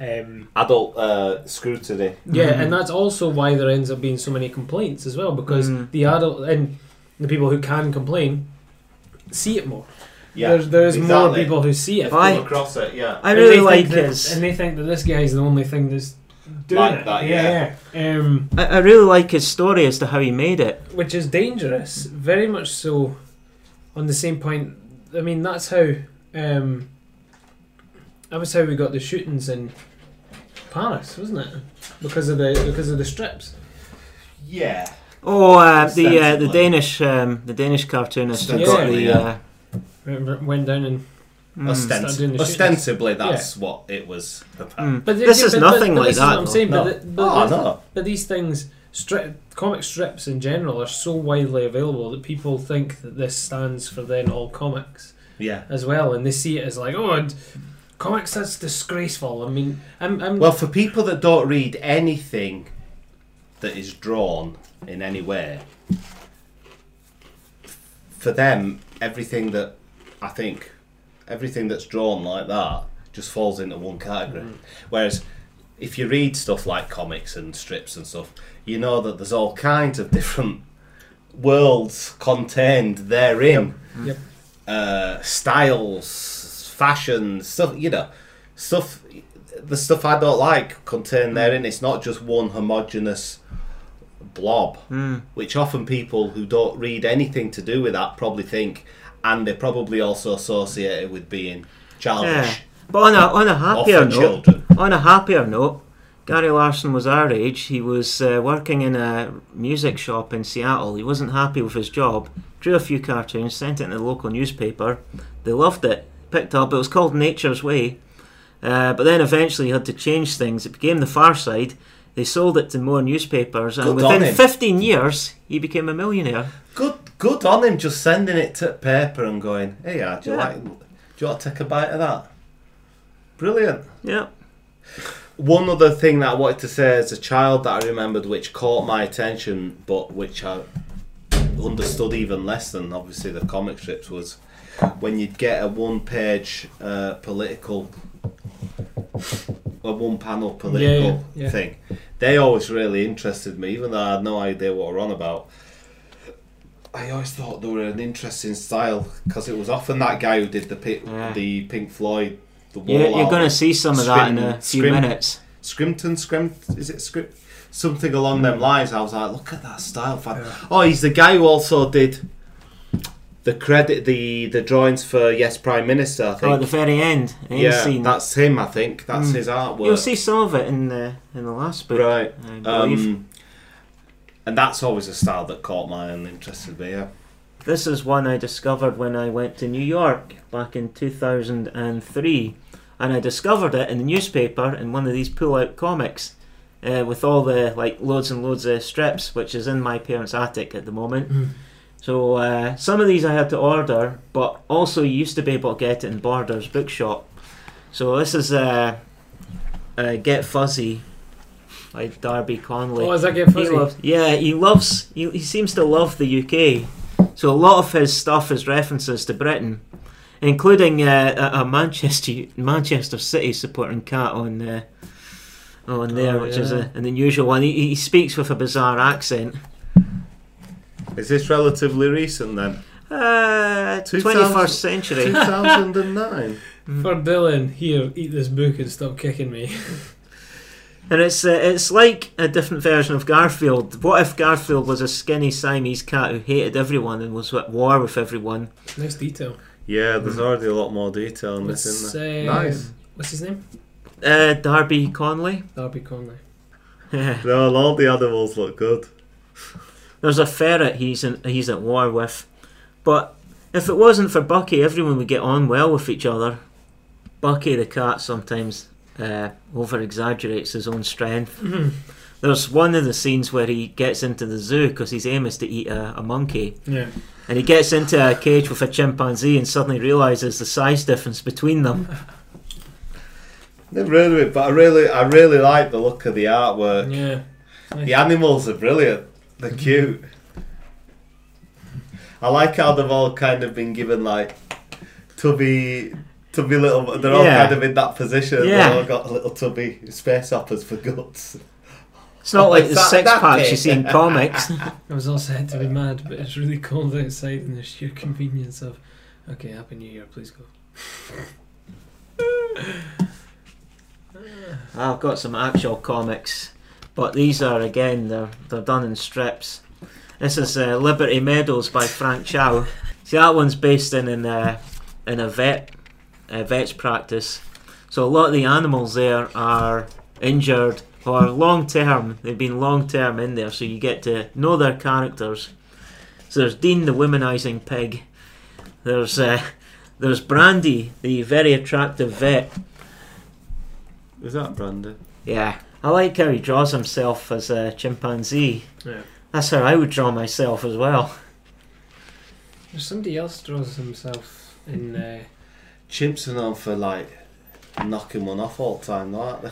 [SPEAKER 1] Um,
[SPEAKER 2] Adult uh, scrutiny.
[SPEAKER 1] yeah,
[SPEAKER 3] Mhm.
[SPEAKER 1] and that's also why there ends up being so many complaints as well because
[SPEAKER 3] Mm.
[SPEAKER 1] the adult and the people who can complain see it more.
[SPEAKER 2] Yeah,
[SPEAKER 1] there's there's more
[SPEAKER 2] exactly.
[SPEAKER 1] people who see it.
[SPEAKER 3] Why-
[SPEAKER 2] Come across it, yeah.
[SPEAKER 3] I
[SPEAKER 1] And
[SPEAKER 3] really
[SPEAKER 1] they
[SPEAKER 3] like
[SPEAKER 1] think that-
[SPEAKER 3] his.
[SPEAKER 1] and they think that this guy is the only thing that's doing
[SPEAKER 2] Like
[SPEAKER 1] it.
[SPEAKER 2] that,
[SPEAKER 1] yeah, yeah. Um,
[SPEAKER 3] I, I really like his story as to how he made it.
[SPEAKER 1] which is dangerous. Very much so. On the same point, I mean that's how. Um, that was how we got the shootings in Paris, wasn't it? Because of the because of the strips.
[SPEAKER 2] Yeah.
[SPEAKER 3] Oh, uh, the uh, the
[SPEAKER 2] Ostensibly.
[SPEAKER 3] Danish um, the Danish cartoonist who got
[SPEAKER 1] Ostensibly,
[SPEAKER 3] the.
[SPEAKER 2] yeah.
[SPEAKER 3] Uh,
[SPEAKER 1] Remember, it went down and
[SPEAKER 3] mm.
[SPEAKER 2] Osten-
[SPEAKER 1] Hmm, Start doing the
[SPEAKER 2] ostensibly, that's what it was about.
[SPEAKER 3] Mm.
[SPEAKER 1] But
[SPEAKER 3] This is nothing like
[SPEAKER 1] this is
[SPEAKER 3] that,
[SPEAKER 1] what I'm
[SPEAKER 3] though.
[SPEAKER 1] saying,
[SPEAKER 2] No.
[SPEAKER 1] but, the, but,
[SPEAKER 2] oh,
[SPEAKER 1] the-
[SPEAKER 2] no.
[SPEAKER 1] but these things, strip, comic strips in general, are so widely available that people think that this stands for then all comics
[SPEAKER 2] Yeah.
[SPEAKER 1] as well, and they see it as like, oh, and comics that's disgraceful. I mean, I'm, I'm
[SPEAKER 2] Well, for people that don't read anything that is drawn in any way, for them, everything that I think, everything that's drawn like that just falls into one category. Whereas if you read stuff like comics and strips and stuff, you know that there's all kinds of different worlds contained therein.
[SPEAKER 3] Mm.
[SPEAKER 1] Yep.
[SPEAKER 2] Uh, styles, fashions, stuff, you know, stuff, the stuff I don't like
[SPEAKER 3] Mm.
[SPEAKER 2] contained therein. It's not just one homogenous blob,
[SPEAKER 3] Mm.
[SPEAKER 2] which often people who don't read anything to do with that probably think, and they're probably also associated with being
[SPEAKER 3] Yeah.
[SPEAKER 2] childish.
[SPEAKER 3] But on a on a happier
[SPEAKER 2] Often
[SPEAKER 3] note,
[SPEAKER 2] children.
[SPEAKER 3] on a happier note, Gary Larson was our age. He was uh, working in a music shop in Seattle. He wasn't happy with his job. Drew a few cartoons, sent it in the local newspaper. They loved it. Picked up. It was called Nature's Way. Uh, but then eventually he had to change things. It became The Far Side. They sold it to more newspapers, and
[SPEAKER 2] Good on
[SPEAKER 3] within
[SPEAKER 2] him.
[SPEAKER 3] 15 years, he became a millionaire.
[SPEAKER 2] Good, good on him just sending it to paper and going, hey, uh, do you
[SPEAKER 3] Yeah.
[SPEAKER 2] like, do you want to take a bite of that? Brilliant.
[SPEAKER 3] Yeah.
[SPEAKER 2] One other thing that I wanted to say as a child that I remembered, which caught my attention, but which I understood even less than obviously the comic strips, was when you'd get a one-page uh, political a one panel
[SPEAKER 1] Yeah, yeah,
[SPEAKER 2] political
[SPEAKER 1] yeah.
[SPEAKER 2] thing. They always really interested me, even though I had no idea what we're on about. I always thought they were an interesting style because it was often that guy who did the pi-
[SPEAKER 3] Yeah.
[SPEAKER 2] the Pink Floyd. The wall
[SPEAKER 3] You're, you're
[SPEAKER 2] art.
[SPEAKER 3] going to see some of that in
[SPEAKER 2] Scrim-
[SPEAKER 3] a few
[SPEAKER 2] scrim-
[SPEAKER 3] minutes.
[SPEAKER 2] Scrimpton, Scrim, is it Scrim? Something along
[SPEAKER 3] Hmm.
[SPEAKER 2] them lines. I was like, look at that style, fan. Oh, he's the guy who also did the credit, the the drawings for Yes Prime Minister. I
[SPEAKER 3] Oh, at
[SPEAKER 2] think.
[SPEAKER 3] the very end, end
[SPEAKER 2] yeah,
[SPEAKER 3] scene.
[SPEAKER 2] that's him. I think that's
[SPEAKER 3] Mm.
[SPEAKER 2] his artwork.
[SPEAKER 3] You'll see some of it in the in the last book,
[SPEAKER 2] right.
[SPEAKER 3] I believe.
[SPEAKER 2] Um, and that's always a style that caught my eye and interested me. Yeah.
[SPEAKER 3] This is one I discovered when I went to New York back in 2003. And I discovered it in the newspaper in one of these pull out comics uh, with all the like loads and loads of strips, which is in my parents' attic at the moment. So uh, some of these I had to order, but also you used to be able to get it in Borders Bookshop. So this is uh, uh, Get Fuzzy by Darby Conley.
[SPEAKER 1] Oh, does that get
[SPEAKER 3] He
[SPEAKER 1] fuzzy?
[SPEAKER 3] loves, yeah, he loves. He, he seems to love the UK. So a lot of his stuff is references to Britain, including uh, a, a Manchester Manchester City supporting cat on uh, on there,
[SPEAKER 1] Oh,
[SPEAKER 3] which is
[SPEAKER 1] yeah.
[SPEAKER 3] a, an unusual one. He, he speaks with a bizarre accent.
[SPEAKER 2] Is this relatively recent then?
[SPEAKER 3] Uh,
[SPEAKER 2] 2000
[SPEAKER 3] 21st century.
[SPEAKER 2] 2009.
[SPEAKER 1] For Dylan, here, eat this book and stop kicking me.
[SPEAKER 3] And it's uh, it's like a different version of Garfield. What if Garfield was a skinny Siamese cat who hated everyone and was at war with everyone?
[SPEAKER 1] nice detail.
[SPEAKER 2] yeah, there's already a lot more detail in this,
[SPEAKER 1] Let's,
[SPEAKER 2] isn't there?
[SPEAKER 1] uh,
[SPEAKER 2] Nice.
[SPEAKER 1] What's his name?
[SPEAKER 3] Uh, Darby Conley.
[SPEAKER 1] Darby Conley.
[SPEAKER 2] No, all the animals look good.
[SPEAKER 3] There's a ferret he's in, he's at war with. But if it wasn't for Bucky, everyone would get on well with each other. Bucky the cat sometimes uh, over exaggerates his own strength. There's one of the scenes where he gets into the zoo because his aim is to eat a, a monkey.
[SPEAKER 1] Yeah.
[SPEAKER 3] And he gets into a cage with a chimpanzee and suddenly realizes the size difference between them.
[SPEAKER 2] They're really, but I really, I really like the look of the artwork.
[SPEAKER 1] Yeah.
[SPEAKER 2] The animals are brilliant. They're cute. I like how they've all kind of been given like tubby, tubby little. They're all
[SPEAKER 3] Yeah.
[SPEAKER 2] kind of in that position.
[SPEAKER 3] Yeah.
[SPEAKER 2] They've all got little tubby space hoppers for guts.
[SPEAKER 3] It's not like the
[SPEAKER 2] Oh, That-
[SPEAKER 3] six
[SPEAKER 2] that
[SPEAKER 3] packs
[SPEAKER 2] big.
[SPEAKER 3] you see in comics.
[SPEAKER 1] I was all set to be mad, but it's really cold outside and the sheer convenience of. Okay, Happy New Year, please go.
[SPEAKER 3] I've got some actual comics, but these are again they're they're done in strips. This is uh, Liberty Meadows by Frank Chow. See that one's based in in, uh, in a vet a vet's practice. So a lot of the animals there are injured or long term. They've been long term in there, so you get to know their characters. So there's Dean the womanizing pig. There's uh, there's Brandy, the very attractive vet
[SPEAKER 2] Is that Brandon?
[SPEAKER 3] yeah. I like how he draws himself as a chimpanzee.
[SPEAKER 1] Yeah.
[SPEAKER 3] That's how I would draw myself as well.
[SPEAKER 1] There's somebody else draws himself in. Uh,
[SPEAKER 2] Chimps are known for like knocking one off all the time, though, aren't they?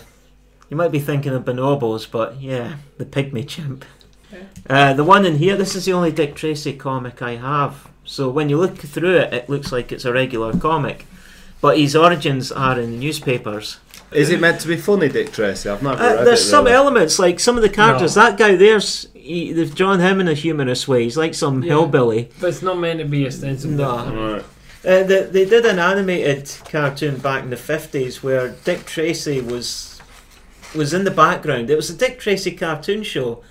[SPEAKER 3] You might be thinking of bonobos, but yeah, the pygmy chimp.
[SPEAKER 1] Yeah.
[SPEAKER 3] Uh, the one in here, this is the only Dick Tracy comic I have. So when you look through it, it looks like it's a regular comic. But his origins are in the newspapers.
[SPEAKER 2] Is it meant to be funny, Dick Tracy? I've never
[SPEAKER 3] Uh,
[SPEAKER 2] read
[SPEAKER 3] there's
[SPEAKER 2] it.
[SPEAKER 3] some
[SPEAKER 2] really.
[SPEAKER 3] elements, like some of the characters.
[SPEAKER 1] No.
[SPEAKER 3] That guy there's. He, they've drawn him in a humorous way. He's like some
[SPEAKER 1] Yeah.
[SPEAKER 3] hillbilly.
[SPEAKER 1] but it's not meant to be ostensibly.
[SPEAKER 3] No.
[SPEAKER 1] funny.
[SPEAKER 2] Right.
[SPEAKER 3] Uh, they, they did an animated cartoon back in the fifties where Dick Tracy was was in the background. It was a Dick Tracy cartoon show,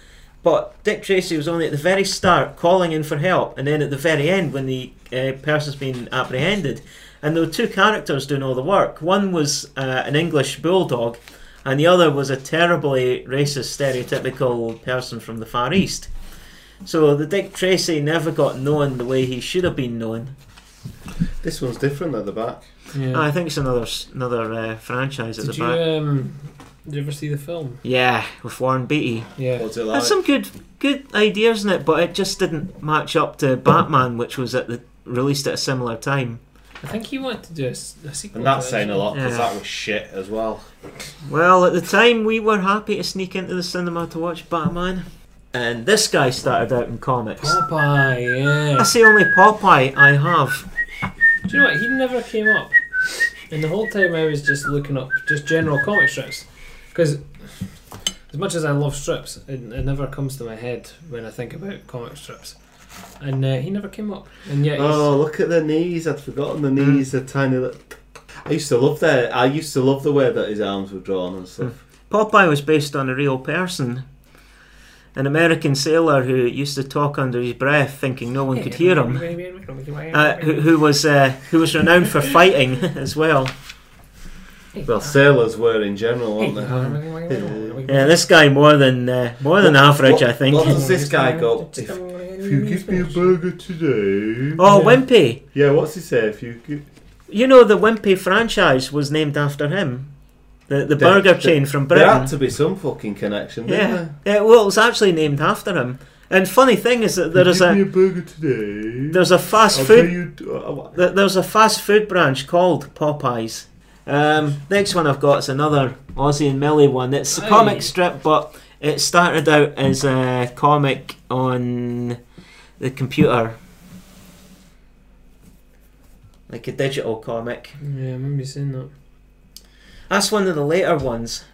[SPEAKER 3] but Dick Tracy was only at the very start calling in for help, and then at the very end when the uh, person's been apprehended. And there were two characters doing all the work. One was uh, an English bulldog, and the other was a terribly racist, stereotypical person from the Far East. So the Dick Tracy never got known the way he should have been known.
[SPEAKER 2] This one's different at the back.
[SPEAKER 1] Yeah.
[SPEAKER 3] Ah, I think it's another s- another uh, franchise at
[SPEAKER 1] Did
[SPEAKER 3] the
[SPEAKER 1] you
[SPEAKER 3] back.
[SPEAKER 1] um? Did you ever see the film?
[SPEAKER 3] Yeah, with Warren Beatty.
[SPEAKER 1] Yeah.
[SPEAKER 2] What's it
[SPEAKER 3] Had
[SPEAKER 2] like?
[SPEAKER 3] some good good ideas in it, but it just didn't match up to Batman, which was at the released at a similar time.
[SPEAKER 1] I think he wanted to do a, s- a sequel.
[SPEAKER 2] And
[SPEAKER 1] to
[SPEAKER 2] that's
[SPEAKER 1] that,
[SPEAKER 2] saying a
[SPEAKER 1] actually.
[SPEAKER 2] lot because
[SPEAKER 3] Yeah.
[SPEAKER 2] that was shit as well.
[SPEAKER 3] Well, at the time we were happy to sneak into the cinema to watch Batman, and this guy started out in comics.
[SPEAKER 1] Popeye, yeah.
[SPEAKER 3] That's the only Popeye I have.
[SPEAKER 1] Do you know what? He never came up. And the whole time I was just looking up just general comic strips. Because as much as I love strips, it, it never comes to my head when I think about comic strips. And uh, he never came up. And yet, he's,
[SPEAKER 2] Oh, look at the knees! I'd forgotten the knees. are tiny little. I used to love their. I used to love the way that his arms were drawn and stuff.
[SPEAKER 3] Popeye was based on a real person. An American sailor who used to talk under his breath, thinking no one could hear him. Uh, who, who was uh, who was renowned for fighting as well. Hmm.
[SPEAKER 2] Well, sailors were in general, weren't they?
[SPEAKER 3] Yeah, this guy more than uh, more than
[SPEAKER 2] What-
[SPEAKER 3] average,
[SPEAKER 2] what-
[SPEAKER 3] I think.
[SPEAKER 2] what does this guy go? If, if you give me a burger today.
[SPEAKER 3] Oh,
[SPEAKER 1] Yeah.
[SPEAKER 3] Wimpy!
[SPEAKER 2] Yeah, what's he say? If you give,
[SPEAKER 3] You know the Wimpy franchise was named after him. The the
[SPEAKER 2] There-
[SPEAKER 3] burger
[SPEAKER 2] there-
[SPEAKER 3] chain from
[SPEAKER 2] there had
[SPEAKER 3] Britain.
[SPEAKER 2] to be some fucking connection, didn't
[SPEAKER 3] Yeah. yeah, well, it was actually named after him. And funny thing is that
[SPEAKER 2] there?
[SPEAKER 3] there is a
[SPEAKER 2] burger today.
[SPEAKER 3] there's a fast
[SPEAKER 2] I'll
[SPEAKER 3] food
[SPEAKER 2] pay you- uh, what-
[SPEAKER 3] There- There's a fast food branch called Popeyes. Um, next one I've got is another Aussie and Millie one. It's a
[SPEAKER 1] Aye.
[SPEAKER 3] comic strip, but it started out as a comic on the computer, like a digital comic.
[SPEAKER 1] Yeah, I remember seeing that.
[SPEAKER 3] That's one of the later ones.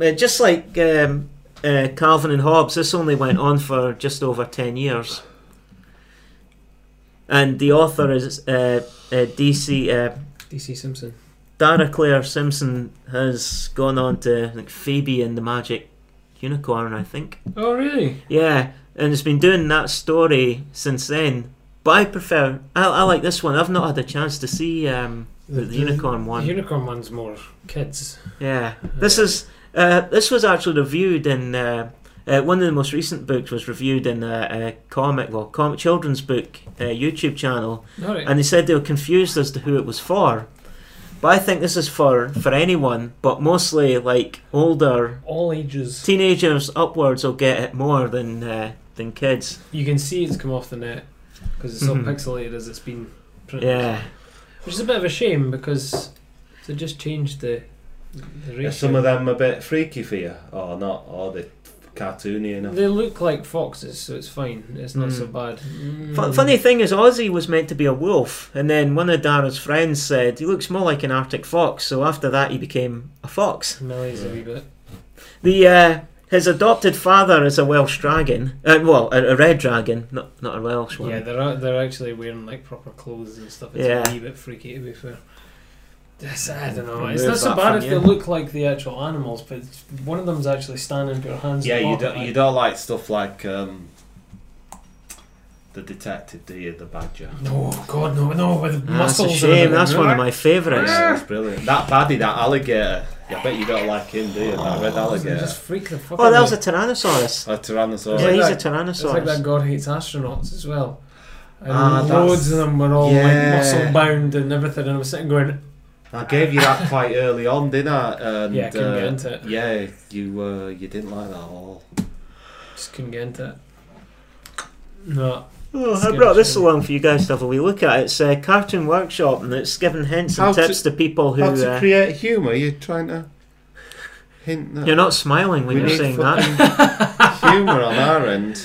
[SPEAKER 3] Uh, just like um, uh, Calvin and Hobbes, this only went on for just over 10 years. And the author is uh, uh, DC. Uh,
[SPEAKER 1] DC Simpson.
[SPEAKER 3] Dara Claire Simpson has gone on to like Phoebe and the Magic Unicorn, I think.
[SPEAKER 1] Oh, really?
[SPEAKER 3] Yeah, and has been doing that story since then. But I prefer. I, I like this one. I've not had a chance to see um, the, the unicorn
[SPEAKER 1] The
[SPEAKER 3] one.
[SPEAKER 1] unicorn one's more kids.
[SPEAKER 3] Yeah, this is uh, this was actually reviewed in uh, uh, one of the most recent books was reviewed in a, a comic, well, comic children's book uh, YouTube channel,
[SPEAKER 1] Alright.
[SPEAKER 3] and they said they were confused as to who it was for. But I think this is for for anyone, but mostly like older
[SPEAKER 1] All ages.
[SPEAKER 3] teenagers upwards will get it more than uh, than kids.
[SPEAKER 1] You can see it's come off the net because it's all
[SPEAKER 3] Mhm.
[SPEAKER 1] pixelated as it's been printed.
[SPEAKER 3] Yeah,
[SPEAKER 1] Which is a bit of a shame because they just changed the, the ratio.
[SPEAKER 2] Are some of them a bit freaky for you, or not? Or they cartoony enough?
[SPEAKER 1] They look like foxes, so it's fine. It's not
[SPEAKER 3] Mm.
[SPEAKER 1] so bad. Mm.
[SPEAKER 3] Fu- funny thing is, Ozzy was meant to be a wolf, and then one of Dara's friends said he looks more like an Arctic fox. So after that, he became a fox.
[SPEAKER 1] Millie's a wee bit.
[SPEAKER 3] The uh, his adopted father is a Welsh dragon. Uh, well, a, a red dragon, not not a Welsh one. Ah,
[SPEAKER 1] Yeah, they're out, they're actually wearing like proper clothes and stuff. It's
[SPEAKER 3] Yeah.
[SPEAKER 1] a wee bit freaky to be fair. Yes, I don't know.
[SPEAKER 3] Remove
[SPEAKER 1] It's not so
[SPEAKER 3] that
[SPEAKER 1] bad
[SPEAKER 3] from
[SPEAKER 1] if
[SPEAKER 3] you.
[SPEAKER 1] they look like the actual animals, but it's- one of them's actually standing with her hands.
[SPEAKER 2] Yeah,
[SPEAKER 1] in
[SPEAKER 2] you
[SPEAKER 1] the
[SPEAKER 2] don't you don't like stuff like um, the detective, do you? The badger.
[SPEAKER 1] No, God, no, no, with
[SPEAKER 3] Ah, that's a
[SPEAKER 1] muscles.
[SPEAKER 3] shame. That's one of my favourites.
[SPEAKER 2] Yeah, that's brilliant. That baddie, that alligator. I bet you don't like him, do you? That red alligator.
[SPEAKER 1] Oh, Just freak the fuck
[SPEAKER 3] Oh,
[SPEAKER 1] out
[SPEAKER 3] that was
[SPEAKER 1] of
[SPEAKER 3] a
[SPEAKER 1] me.
[SPEAKER 3] Tyrannosaurus.
[SPEAKER 2] A tyrannosaurus.
[SPEAKER 3] Yeah,
[SPEAKER 1] like
[SPEAKER 3] he's a
[SPEAKER 1] that-
[SPEAKER 3] Tyrannosaurus.
[SPEAKER 1] It's like that God hates astronauts as well. And
[SPEAKER 2] Ah,
[SPEAKER 1] loads
[SPEAKER 2] that's-
[SPEAKER 1] of them were all
[SPEAKER 2] Yeah.
[SPEAKER 1] like muscle bound and everything, and I'm sitting going,
[SPEAKER 2] I gave you that quite early on, didn't I? And,
[SPEAKER 1] Yeah, I couldn't
[SPEAKER 2] uh,
[SPEAKER 1] get into it.
[SPEAKER 2] Yeah, you uh, you didn't like that at all.
[SPEAKER 1] just couldn't get into it. No, It's
[SPEAKER 3] Oh, I
[SPEAKER 1] good,
[SPEAKER 3] brought this
[SPEAKER 1] actually.
[SPEAKER 3] along for you guys to have a wee look at. It's a cartoon workshop, and it's giving hints and
[SPEAKER 2] How to-
[SPEAKER 3] tips to, people who.
[SPEAKER 2] How to
[SPEAKER 3] Uh,
[SPEAKER 2] create humour? You're trying to hint that
[SPEAKER 3] you're not smiling when
[SPEAKER 2] We
[SPEAKER 3] you're
[SPEAKER 2] need
[SPEAKER 3] saying that.
[SPEAKER 2] fucking humour on our end.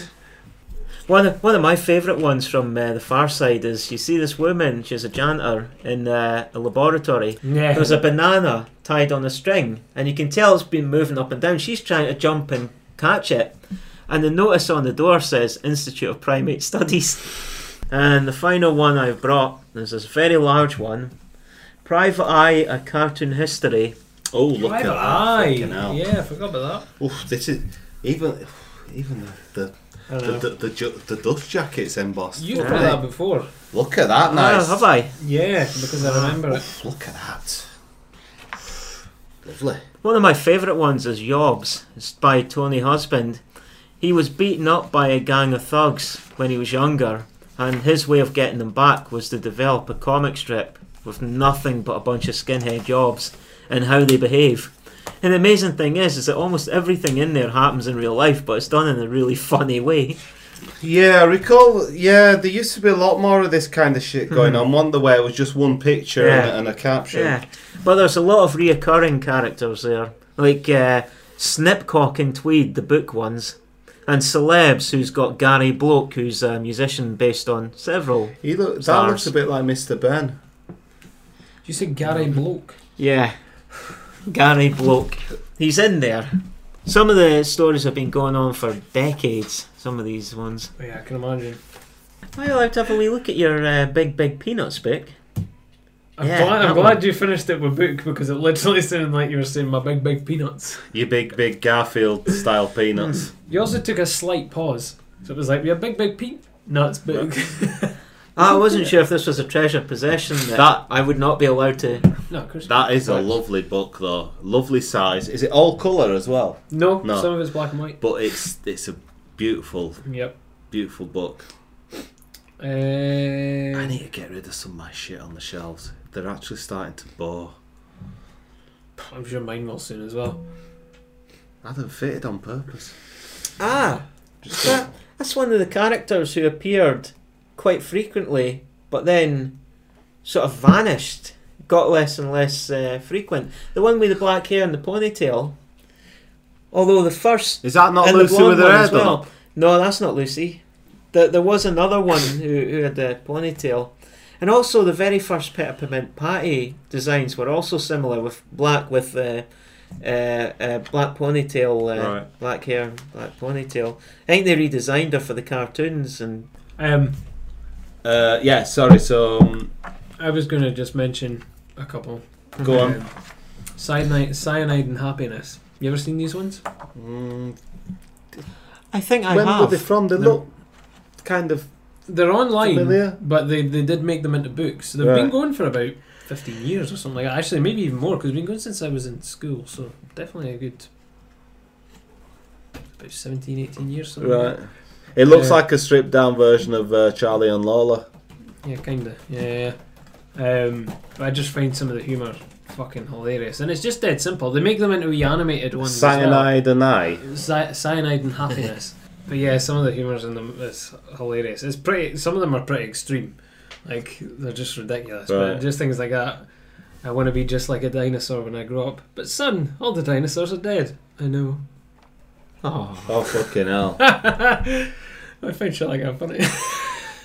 [SPEAKER 3] One of, one of my favourite ones from uh, the Far Side is you see this woman, she's a janitor in uh, a laboratory,
[SPEAKER 1] yeah,
[SPEAKER 3] There's a banana tied on a string, and you can tell it's been moving up and down. She's trying to jump and catch it. And the notice on the door says Institute of Primate Studies. And the final one I've brought is this very large one Private Eye, a Cartoon History.
[SPEAKER 2] Oh, look
[SPEAKER 1] Private
[SPEAKER 2] at that!
[SPEAKER 1] Eye.
[SPEAKER 2] Fucking hell.
[SPEAKER 1] Yeah, I forgot about
[SPEAKER 2] Oof, this is even even the
[SPEAKER 1] that. I
[SPEAKER 2] the
[SPEAKER 1] don't
[SPEAKER 2] the,
[SPEAKER 1] know.
[SPEAKER 2] the, ju- the dust jackets embossed.
[SPEAKER 1] You've
[SPEAKER 2] Look
[SPEAKER 1] got
[SPEAKER 2] at
[SPEAKER 1] that
[SPEAKER 2] it.
[SPEAKER 1] before.
[SPEAKER 2] Look at that! Nice.
[SPEAKER 3] Ah, have I?
[SPEAKER 1] Yeah, because
[SPEAKER 3] Ah.
[SPEAKER 1] I remember it.
[SPEAKER 2] Look at that. Lovely.
[SPEAKER 3] One of my favourite ones is Yobs. It's by Tony Husband. He was beaten up by a gang of thugs when he was younger, and his way of getting them back was to develop a comic strip with nothing but a bunch of skinhead jobs and how they behave. And the amazing thing is, is that almost everything in there happens in real life, but it's done in a really funny way.
[SPEAKER 2] Yeah, I recall. Yeah, there used to be a lot more of this kind of shit going
[SPEAKER 3] Mhm.
[SPEAKER 2] on. One the way it was just one picture and,
[SPEAKER 3] Yeah.
[SPEAKER 2] a- and a caption.
[SPEAKER 3] Yeah, but there's a lot of reoccurring characters there, like uh, Snipcock and Tweed, the book ones, and Celebs, who's got Gary Bloke, who's a musician based on several.
[SPEAKER 2] He look, that
[SPEAKER 3] Stars.
[SPEAKER 2] looks a bit like Mr. Ben.
[SPEAKER 1] You said Gary Bloke.
[SPEAKER 3] Yeah, Gary bloke. He's in there. Some of the stories have been going on for decades. Some of these ones.
[SPEAKER 1] Oh, yeah, I can imagine.
[SPEAKER 3] Am I allowed to have a wee look at your uh, big, big peanuts, Bick?
[SPEAKER 1] I'm,
[SPEAKER 3] Yeah,
[SPEAKER 1] glad, I'm
[SPEAKER 3] that
[SPEAKER 1] glad
[SPEAKER 3] one.
[SPEAKER 1] you finished it with book because it literally sounded like you were saying my big, big peanuts.
[SPEAKER 2] You big, big Garfield style peanuts.
[SPEAKER 3] Hmm.
[SPEAKER 1] You also took a slight pause. So it was like, yeah, big, big peanuts, big.
[SPEAKER 3] I wasn't sure if this was a treasure possession that,
[SPEAKER 2] That-
[SPEAKER 3] I would not be allowed to.
[SPEAKER 1] no, of course.
[SPEAKER 2] That is a
[SPEAKER 3] Right.
[SPEAKER 2] lovely book, though. Lovely size. Is it all colour as well?
[SPEAKER 1] No,
[SPEAKER 2] No.
[SPEAKER 1] some of it's black and white.
[SPEAKER 2] But it's it's a beautiful,
[SPEAKER 1] Yep.
[SPEAKER 2] beautiful book.
[SPEAKER 1] Uh,
[SPEAKER 2] I need to get rid of some of my shit on the shelves. They're actually starting to bore.
[SPEAKER 1] I'm sure mine will soon as well.
[SPEAKER 2] I haven't fitted on purpose.
[SPEAKER 3] Ah,
[SPEAKER 2] Just
[SPEAKER 3] that, that's one of the characters who appeared quite frequently, but then sort of vanished, got less and less uh, frequent. The one with the black hair and the ponytail. Although the first
[SPEAKER 2] Is that not
[SPEAKER 3] and the
[SPEAKER 2] Lucy
[SPEAKER 3] blonde
[SPEAKER 2] with her
[SPEAKER 3] one
[SPEAKER 2] hair
[SPEAKER 3] as
[SPEAKER 2] done?
[SPEAKER 3] well. No, that's not Lucy. There, there was another one who, who had the ponytail. And also, the very first peppermint patty designs were also similar, with black with uh, uh, uh, black ponytail, uh,
[SPEAKER 2] Right.
[SPEAKER 3] black hair, black ponytail. I think they redesigned her for the cartoons, and
[SPEAKER 1] Um,
[SPEAKER 2] Uh, yeah, sorry. So um,
[SPEAKER 1] I was going to just mention a couple.
[SPEAKER 2] go on.
[SPEAKER 1] Um, Cyanide, cyanide and happiness. You ever seen these ones?
[SPEAKER 2] Mm,
[SPEAKER 3] I think I
[SPEAKER 2] when were
[SPEAKER 3] have.
[SPEAKER 2] they from? They
[SPEAKER 1] No.
[SPEAKER 2] look kind of.
[SPEAKER 1] They're online,
[SPEAKER 2] Familiar.
[SPEAKER 1] but they, they did make them into books. So they've
[SPEAKER 2] Right.
[SPEAKER 1] been going for about 15 years or something like that. Actually, maybe even more because we've been going since I was in school. So definitely a good about 17, 18 years. Something like
[SPEAKER 2] Right. It looks
[SPEAKER 1] Yeah.
[SPEAKER 2] like a stripped down version of uh, Charlie and Lola.
[SPEAKER 1] Yeah, kinda. Yeah. Um, but I just find some of the humour fucking hilarious, and it's just dead simple. They make them into wee animated ones. as well.
[SPEAKER 2] Cyanide and I.
[SPEAKER 1] Cy- cyanide and happiness. but yeah, some of the humours in them is hilarious. It's pretty. Some of them are pretty extreme. Like they're just ridiculous.
[SPEAKER 2] Right.
[SPEAKER 1] But just things like that. I want to be just like a dinosaur when I grow up. But son, all the dinosaurs are dead. I know.
[SPEAKER 3] Oh.
[SPEAKER 2] Oh fucking hell!
[SPEAKER 1] I find shit like that funny.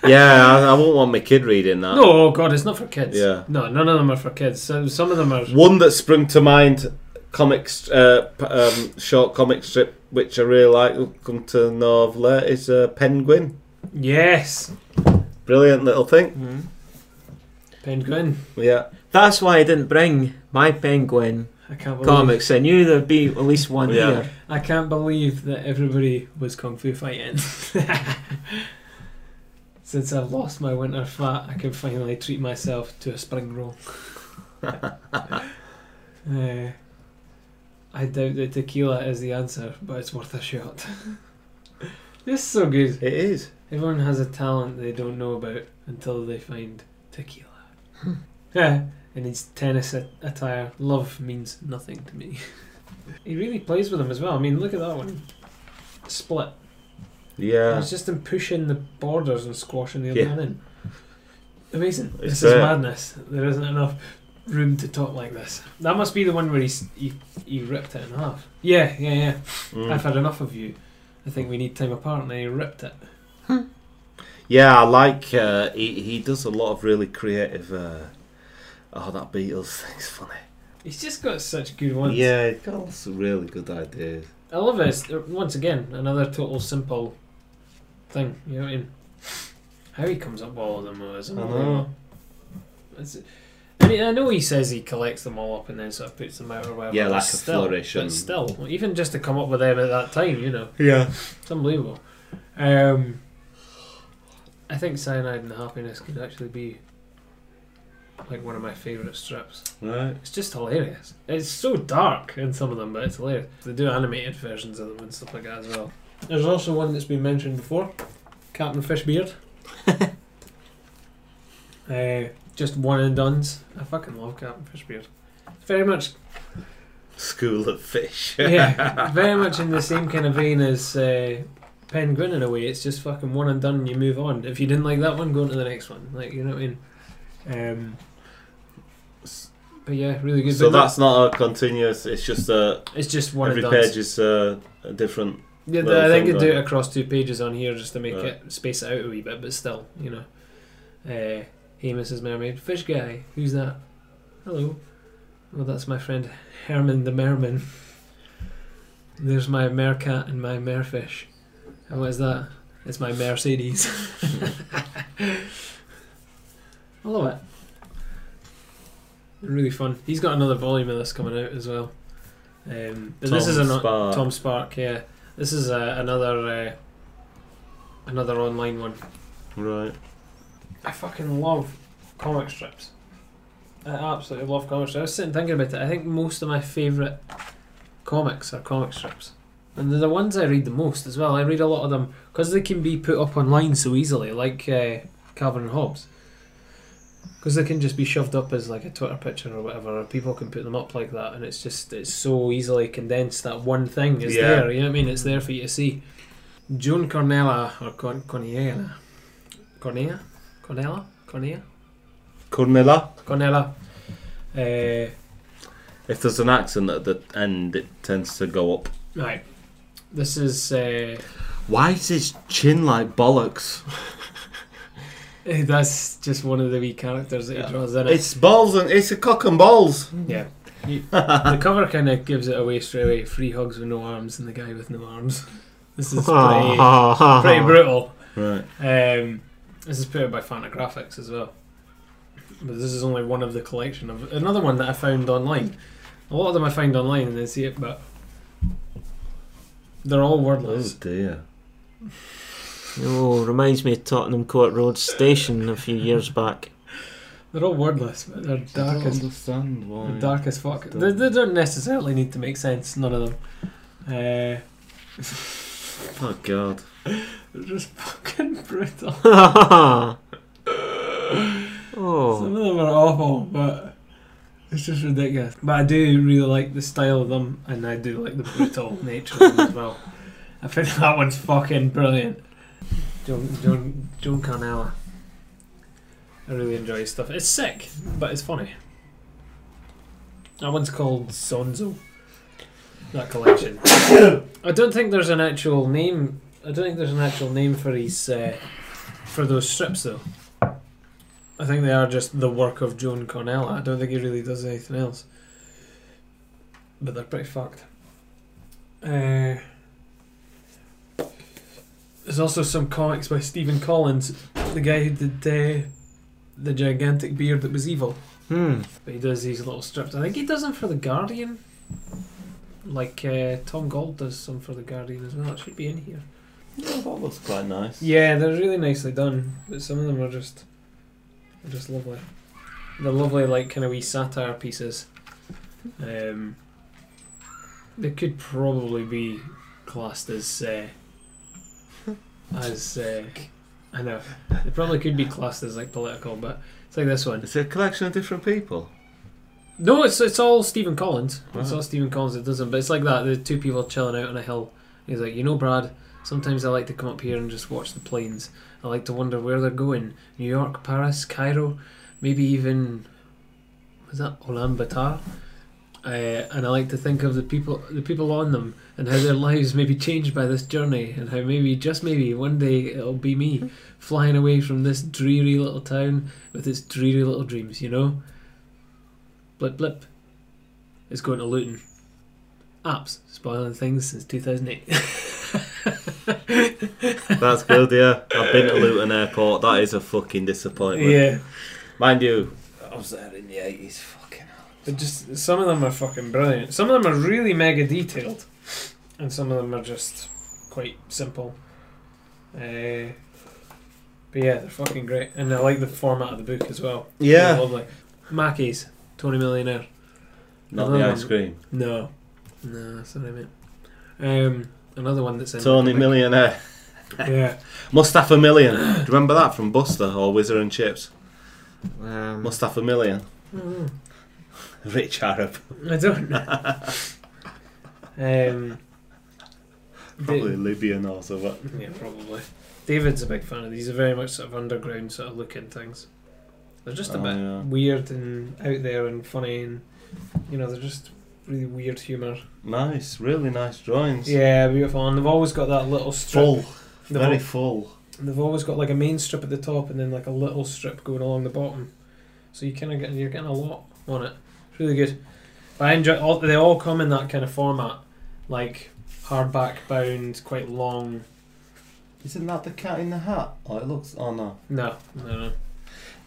[SPEAKER 2] yeah, I, I wouldn't want my kid reading that.
[SPEAKER 1] No, oh god, it's not for kids.
[SPEAKER 2] Yeah.
[SPEAKER 1] No, none of them are for kids. So some of them are.
[SPEAKER 2] One that sprung to mind, comic st- uh, p- um, short comic strip, which I really like, will come to know of later, is uh, Penguin.
[SPEAKER 1] Yes.
[SPEAKER 2] Brilliant little thing.
[SPEAKER 3] Mhm.
[SPEAKER 1] Penguin.
[SPEAKER 2] Yeah.
[SPEAKER 3] That's why I didn't bring my penguin
[SPEAKER 1] I can't believe.
[SPEAKER 3] comics. I knew there'd be at least one
[SPEAKER 2] Yeah.
[SPEAKER 3] here.
[SPEAKER 1] I can't believe that everybody was kung fu fighting. Since I've lost my winter fat, I can finally treat myself to a spring roll. Uh, I doubt that tequila is the answer, but it's worth a shot. this is so good.
[SPEAKER 2] It is.
[SPEAKER 1] Everyone has a talent they don't know about until they find tequila.
[SPEAKER 2] Hmm.
[SPEAKER 1] Yeah, and his tennis at- attire. Love means nothing to me. he really plays with him as well. I mean, look at that one. Split.
[SPEAKER 2] Yeah.
[SPEAKER 1] It's just him pushing the borders and squashing the other
[SPEAKER 2] Yeah.
[SPEAKER 1] one in. Amazing.
[SPEAKER 2] It's uh,
[SPEAKER 1] this is
[SPEAKER 2] there.
[SPEAKER 1] madness. There isn't enough room to talk like this. That must be the one where he's, he he ripped it in half. Yeah, yeah, yeah.
[SPEAKER 2] Mm.
[SPEAKER 1] I've had enough of you. I think we need time apart. And then he ripped it.
[SPEAKER 2] Yeah, I like. Uh, he he does a lot of really creative. Uh, oh, that Beatles thing's funny.
[SPEAKER 1] He's just got such good ones.
[SPEAKER 2] Yeah, he's got some really good ideas.
[SPEAKER 1] I love it. It's, uh, Once again, another total simple thing. You know what I mean? How he comes up with all of them though is
[SPEAKER 2] I
[SPEAKER 1] unbelievable. It's, I mean, I know he says he collects them all up and then sort of puts them out or whatever.
[SPEAKER 2] Yeah,
[SPEAKER 1] but
[SPEAKER 2] like a
[SPEAKER 1] still,
[SPEAKER 2] flourish
[SPEAKER 1] But
[SPEAKER 2] and-
[SPEAKER 1] still, even just to come up with them at that time, you know,
[SPEAKER 2] Yeah.
[SPEAKER 1] it's unbelievable. Um, I think Cyanide and Happiness could actually be like one of my favourite strips.
[SPEAKER 2] Right.
[SPEAKER 1] It's just hilarious. It's so dark in some of them, but it's hilarious. They do animated versions of them and stuff like that as well. There's also one that's been mentioned before, Captain Fishbeard. uh, just one and done's. I fucking love Captain Fishbeard. It's very much,
[SPEAKER 2] School of Fish.
[SPEAKER 1] yeah, very much in the same kind of vein as uh, Penguin in a way. It's just fucking one and done, and you move on. If you didn't like that one, go on to the next one. Like you know what I mean? Um, but yeah, really good.
[SPEAKER 2] So
[SPEAKER 1] But no,
[SPEAKER 2] that's not a continuous. It's just a
[SPEAKER 1] it's just one
[SPEAKER 2] every
[SPEAKER 1] and done's.
[SPEAKER 2] page is uh, a different.
[SPEAKER 1] Yeah,
[SPEAKER 2] Well,
[SPEAKER 1] I think
[SPEAKER 2] thing
[SPEAKER 1] they do
[SPEAKER 2] going.
[SPEAKER 1] it across two pages on here just to make
[SPEAKER 2] Right.
[SPEAKER 1] it space it out a wee bit, but still, you know. Uh, hey, Mrs. Mermaid, fish guy, who's that? Hello. Well, that's my friend Herman the Merman. There's my Mercat and my Merfish. And what is that? It's my Mercedes. I love it. Really fun. He's got another volume of this coming out as well. Um, but this
[SPEAKER 2] Tom
[SPEAKER 1] is an
[SPEAKER 2] Spark.
[SPEAKER 1] Tom Spark. Yeah, this is a, another uh, another online one.
[SPEAKER 2] Right.
[SPEAKER 1] I fucking love comic strips. I absolutely love comic strips. I was sitting thinking about it. I think most of my favourite comics are comic strips. And they're the ones I read the most as well. I read a lot of them because they can be put up online so easily, like uh, Calvin and Hobbes. Because they can just be shoved up as like a Twitter picture or whatever, or people can put them up like that, and it's just it's so easily condensed. That one thing is
[SPEAKER 2] Yeah.
[SPEAKER 1] there. You know what I mean? It's there for you to see. Joan Cornella or Con- Corniella, Cornea, Cornella, Cornea,
[SPEAKER 2] Cornella.
[SPEAKER 1] Cornella. Uh,
[SPEAKER 2] If there's an accent at the end, it tends to go up.
[SPEAKER 1] right, this is uh,
[SPEAKER 2] Why is his chin like bollocks?
[SPEAKER 1] that's just one of the wee characters that
[SPEAKER 2] Yeah.
[SPEAKER 1] he draws in it.
[SPEAKER 2] It's balls and it's a cock and balls.
[SPEAKER 1] Yeah. You- the cover kind of gives it away straight away. Free hugs with no arms and the guy with no arms. This is pretty, pretty brutal.
[SPEAKER 2] Right.
[SPEAKER 1] Um, this is put out by Fantagraphics as well. But this is only one of the collection of another one that I found online. A lot of them I find online and then see it, but they're all
[SPEAKER 2] Oh
[SPEAKER 1] wordless.
[SPEAKER 2] dear.
[SPEAKER 3] Oh, reminds me of Tottenham Court Road Station a few years back.
[SPEAKER 1] They're all wordless, but they're dark as
[SPEAKER 2] understand
[SPEAKER 1] They're dark as fuck.
[SPEAKER 2] Still-
[SPEAKER 1] They, they don't necessarily need to make sense. None of them. Uh,
[SPEAKER 2] Oh god.
[SPEAKER 1] They're just fucking brutal.
[SPEAKER 3] oh,
[SPEAKER 1] Some of them are awful, but it's just ridiculous. But I do really like the style of them, and I do like the brutal nature of them as well. I think that one's fucking brilliant. John, John, John Carnella. I really enjoy his stuff. It's sick, but it's funny. That one's called Sonzo. That collection. I don't think there's an actual name. I don't think there's an actual name for his uh, for those strips though. I think they are just the work of Joan Cornell. I don't think he really does anything else. But they're pretty fucked. Uh, there's also some comics by Stephen Collins, the guy who did uh, the gigantic beard that was evil.
[SPEAKER 3] hmm.
[SPEAKER 1] But he does these little strips. I think he does them for the Guardian. Like uh, Tom Gold does some for the Guardian as well. It should be in here.
[SPEAKER 2] that looks quite nice.
[SPEAKER 1] Yeah, they're really nicely done, but some of them are just are just lovely. They're lovely, like kind of wee satire pieces. Um, they could probably be classed as uh, as uh, I know they probably could be classed as like political, but it's like this one.
[SPEAKER 2] It's a collection of different people.
[SPEAKER 1] No, it's it's all Stephen Collins. It's
[SPEAKER 2] Wow.
[SPEAKER 1] all Stephen Collins that does them, but it's like that. The two people chilling out on a hill. He's like, you know, Brad. Sometimes I like to come up here and just watch the planes. I like to wonder where they're going: New York, Paris, Cairo, maybe even was that Ulaanbaatar. Uh, and I like to think of the people, the people on them, and how their lives may be changed by this journey, and how maybe, just maybe, one day it'll be me flying away from this dreary little town with its dreary little dreams. You know blip blip is going to Luton. Apps spoiling things since 2008.
[SPEAKER 2] That's good, yeah. I've been to Luton Airport. That is a fucking disappointment. Mind you, I was there in the 80s. Fucking
[SPEAKER 1] but just some of them are fucking brilliant. Some of them are really mega detailed, and some of them are just quite simple. Uh, but yeah, they're fucking great, and I like the format of the book as well. They're lovely. Mackey's Tony Millionaire.
[SPEAKER 2] Not
[SPEAKER 1] Another
[SPEAKER 2] the
[SPEAKER 1] one.
[SPEAKER 2] ice cream.
[SPEAKER 1] No, no, that's what I meant. Um, another one that's in
[SPEAKER 2] Tony Millionaire.
[SPEAKER 1] Yeah.
[SPEAKER 2] Must have a million. Do you remember that from Buster or Whizzer and Chips?
[SPEAKER 3] Um,
[SPEAKER 2] Must have a million. Mm-hmm.
[SPEAKER 1] Mm.
[SPEAKER 2] Rich Arab.
[SPEAKER 1] I don't know. um,
[SPEAKER 2] Probably
[SPEAKER 1] Da-
[SPEAKER 2] Libyan or something.
[SPEAKER 1] yeah, probably. David's a big fan of these. Are very much sort of underground sort of looking things. They're just a
[SPEAKER 2] Oh,
[SPEAKER 1] bit
[SPEAKER 2] yeah.
[SPEAKER 1] weird and out there and funny and you know they're just really weird humour.
[SPEAKER 2] Nice, really nice drawings.
[SPEAKER 1] Yeah, beautiful. And they've always got that little strip.
[SPEAKER 2] Full.
[SPEAKER 1] They've,
[SPEAKER 2] Very
[SPEAKER 1] al-
[SPEAKER 2] full.
[SPEAKER 1] they've always got like a main strip at the top and then like a little strip going along the bottom. So you kind of get you're getting a lot on it. It's really good. But I enjoy all. They all come in that kind of format, like hardback bound, quite long.
[SPEAKER 2] Isn't that the cat in the hat? Oh, it looks. Oh no.
[SPEAKER 1] No, no, no.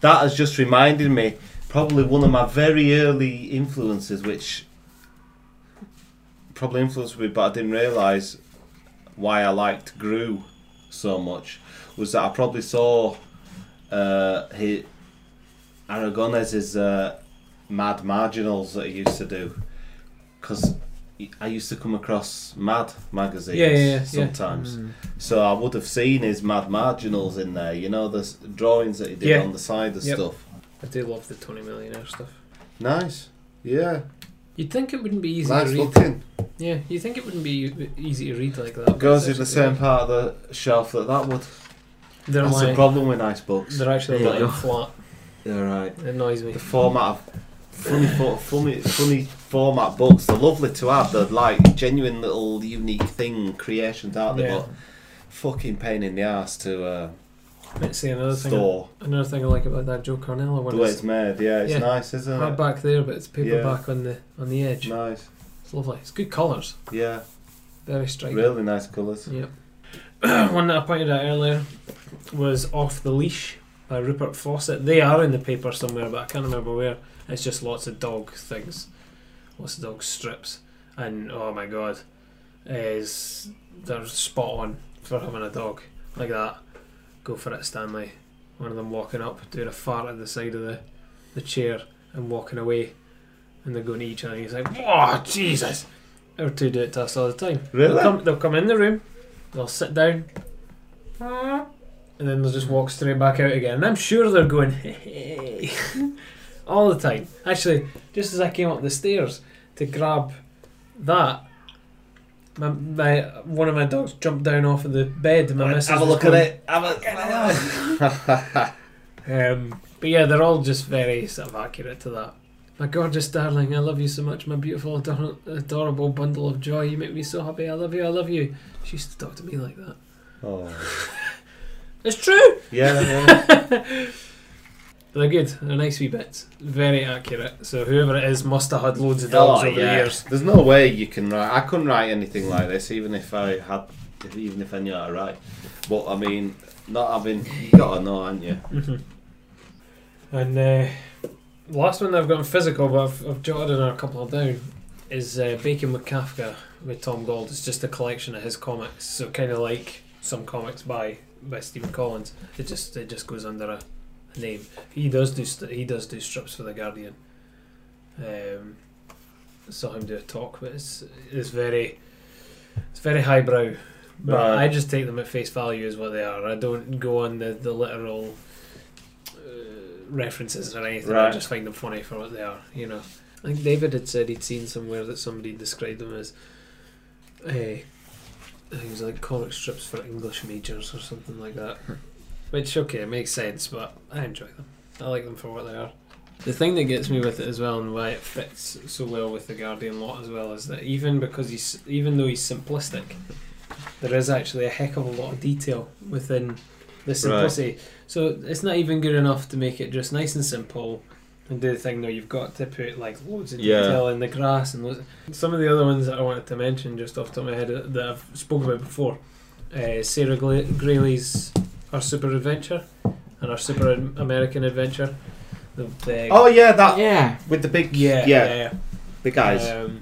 [SPEAKER 2] that has just reminded me probably one of my very early influences which probably influenced me but i didn't realise why i liked gru so much was that i probably saw uh, he, aragonez's uh, mad marginals that he used to do because i used to come across mad magazines
[SPEAKER 1] Yeah, yeah, yeah.
[SPEAKER 2] sometimes
[SPEAKER 1] Yeah.
[SPEAKER 2] so I would have seen his mad marginals in there, you know, the s- drawings that he did
[SPEAKER 1] Yeah.
[SPEAKER 2] on the side and
[SPEAKER 1] Yep.
[SPEAKER 2] stuff.
[SPEAKER 1] I do love the Tony Millionaire stuff.
[SPEAKER 2] Nice. Yeah.
[SPEAKER 1] You'd think it wouldn't be easy
[SPEAKER 2] nice
[SPEAKER 1] to read.
[SPEAKER 2] looking.
[SPEAKER 1] Yeah, you think it wouldn't be e- easy to read like that. but
[SPEAKER 2] Goes in
[SPEAKER 1] it's
[SPEAKER 2] the
[SPEAKER 1] actually-
[SPEAKER 2] same part of the shelf that that would.
[SPEAKER 1] They're
[SPEAKER 2] That's the
[SPEAKER 1] lying.
[SPEAKER 2] problem with nice books.
[SPEAKER 1] They're actually
[SPEAKER 3] There
[SPEAKER 1] lying
[SPEAKER 3] you go.
[SPEAKER 1] flat.
[SPEAKER 2] They're right.
[SPEAKER 1] It annoys me.
[SPEAKER 2] The format of funny, fo- funny, funny format books. They're lovely to have. They're like genuine little unique thing creations, aren't they?
[SPEAKER 1] Yeah.
[SPEAKER 2] But fucking pain in the ass to uh,
[SPEAKER 1] Let's see another thing.
[SPEAKER 2] store.
[SPEAKER 1] Another thing I like about that Joe Carnella one
[SPEAKER 2] The way
[SPEAKER 1] is
[SPEAKER 2] it's made, yeah, it's
[SPEAKER 1] Yeah.
[SPEAKER 2] nice, isn't it?
[SPEAKER 1] hardback there, but it's paperback on the on the edge.
[SPEAKER 2] Nice.
[SPEAKER 1] It's lovely. It's good colours.
[SPEAKER 2] Yeah.
[SPEAKER 1] Very striking.
[SPEAKER 2] Really nice colours.
[SPEAKER 1] Yep. One that I pointed out earlier was Off the Leash by Rupert Fawcett. They are in the paper somewhere, but I can't remember where. It's just lots of dog things, lots of dog strips, and oh my god, is they're spot on for having a dog like that. Go for it, Stanley. One of them walking up, doing a fart at the side of the, the chair, and walking away, and they're going to each other. And he's like, "Whoa, Jesus!" Our two do it to us all the time.
[SPEAKER 2] Really?
[SPEAKER 1] They'll come, they'll come in the room, they'll sit down, and then they'll just walk straight back out again. And I'm sure they're going, hey, all the time. Actually, just as I came up the stairs to grab that, my, my one of my dogs jumped down off of the bed. and My missus
[SPEAKER 2] Have a
[SPEAKER 1] was
[SPEAKER 2] look at
[SPEAKER 1] going,
[SPEAKER 2] it. Have a look at
[SPEAKER 1] Um, but yeah, they're all just very sort of accurate to that. My gorgeous darling, I love you so much. My beautiful, ador- adorable bundle of joy. You make me so happy. I love you. I love you. She used to talk to me like that.
[SPEAKER 2] oh.
[SPEAKER 1] It's true.
[SPEAKER 2] Yeah, yeah.
[SPEAKER 1] They're good. They're nice wee bits. Very accurate. So whoever it is must have had loads of dogs
[SPEAKER 2] Oh,
[SPEAKER 1] over
[SPEAKER 2] yeah.
[SPEAKER 1] the years.
[SPEAKER 2] There's no way you can write. I couldn't write anything like this, even if I had, if, even if I knew how to write. But I mean, not having you gotta know, haven't you?
[SPEAKER 1] And uh, the last one I've gotten physical, but I've, I've jotted in a couple of down, is uh, Baking with Kafka with Tom Gold. It's just a collection of his comics, so kind of like some comics by by Stephen Collins. It just it just goes under a, a name. He does do st- he does do strips for the Guardian. Um, I saw him do a talk, but it's it's very it's very highbrow. But
[SPEAKER 2] Right.
[SPEAKER 1] I just take them at face value as what they are. I don't go on the the literal uh, references or anything. I
[SPEAKER 2] Right.
[SPEAKER 1] just find them funny for what they are. You know, I think David had said he'd seen somewhere that somebody described them as, uh, I think it was like comic strips for English majors or something like that. Which okay, it makes sense, but I enjoy them. I like them for what they are. The thing that gets me with it as well, and why it fits so well with the Guardian lot as well, is that even because he's even though he's simplistic, there is actually a heck of a lot of detail within the simplicity. So it's not even good enough to make it just nice and simple and do the thing. No, you've got to put like loads of
[SPEAKER 2] Yeah.
[SPEAKER 1] detail in the grass and loads. Some of the other ones that I wanted to mention just off the top of my head that I've spoken about before, uh, Sarah Gla- Grayley's Our Super Adventure and Our Super Am- American Adventure. The, the,
[SPEAKER 2] Oh yeah, that
[SPEAKER 3] Yeah.
[SPEAKER 2] with the big
[SPEAKER 1] yeah,
[SPEAKER 2] yeah,
[SPEAKER 1] yeah,
[SPEAKER 2] the guys.
[SPEAKER 1] Um,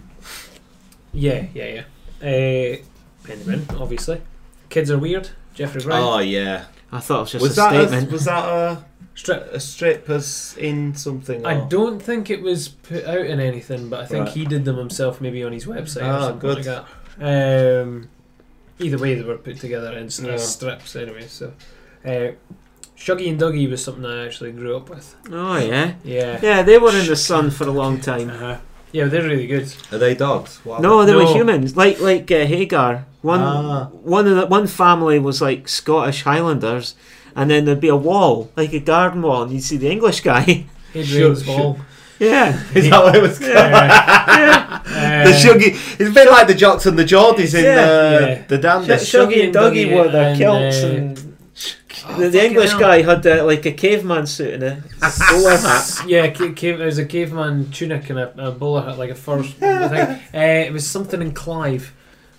[SPEAKER 1] yeah, yeah, yeah. Uh, Penguin, obviously. Kids are weird. Jeffrey Wright.
[SPEAKER 2] oh yeah.
[SPEAKER 3] I thought it was just
[SPEAKER 2] was
[SPEAKER 3] a
[SPEAKER 2] that
[SPEAKER 3] statement.
[SPEAKER 2] a, was that a,
[SPEAKER 1] Strip.
[SPEAKER 2] a strip as in something?
[SPEAKER 1] I
[SPEAKER 2] or-
[SPEAKER 1] don't think it was put out in anything, but I think
[SPEAKER 2] Oh. Right.
[SPEAKER 1] he did them himself, maybe on his website or
[SPEAKER 2] Ah,
[SPEAKER 1] something
[SPEAKER 2] good.
[SPEAKER 1] like that. Um, either way, they were put together in s-
[SPEAKER 2] Yeah.
[SPEAKER 1] as strips anyway. So, uh, Shuggy and Dougie was something I actually grew up with.
[SPEAKER 3] Oh yeah.
[SPEAKER 1] Yeah,
[SPEAKER 3] Yeah, they were in the sun for a long time.
[SPEAKER 1] uh-huh. yeah, they're really good.
[SPEAKER 2] Are they dogs? What
[SPEAKER 3] No, they
[SPEAKER 1] No.
[SPEAKER 3] were humans, like like uh, Hagar. One
[SPEAKER 2] Ah.
[SPEAKER 3] one of the one family was like Scottish Highlanders, and then there'd be a wall, like a garden wall, and you'd see the English guy.
[SPEAKER 1] Hadrian's
[SPEAKER 2] Shug-
[SPEAKER 1] Wall.
[SPEAKER 3] yeah,
[SPEAKER 2] Is that what it was called? the Shuggy. It's a bit like the Jocks and the Jordies in
[SPEAKER 3] Yeah.
[SPEAKER 2] the
[SPEAKER 1] Yeah.
[SPEAKER 2] the
[SPEAKER 3] Shuggy
[SPEAKER 2] Dandies.
[SPEAKER 1] Shuggy
[SPEAKER 3] Shuggy
[SPEAKER 1] and
[SPEAKER 3] and Dougie
[SPEAKER 1] Dougie
[SPEAKER 3] were the
[SPEAKER 1] and,
[SPEAKER 3] kilts
[SPEAKER 1] uh,
[SPEAKER 3] and the, the
[SPEAKER 1] fucking
[SPEAKER 3] English
[SPEAKER 1] hell.
[SPEAKER 3] guy had uh, like a caveman suit and a bowler hat.
[SPEAKER 1] Yeah, ca- cave, it was a caveman tunic and a, a bowler hat, like a fur thing. Uh, it was something in Clive.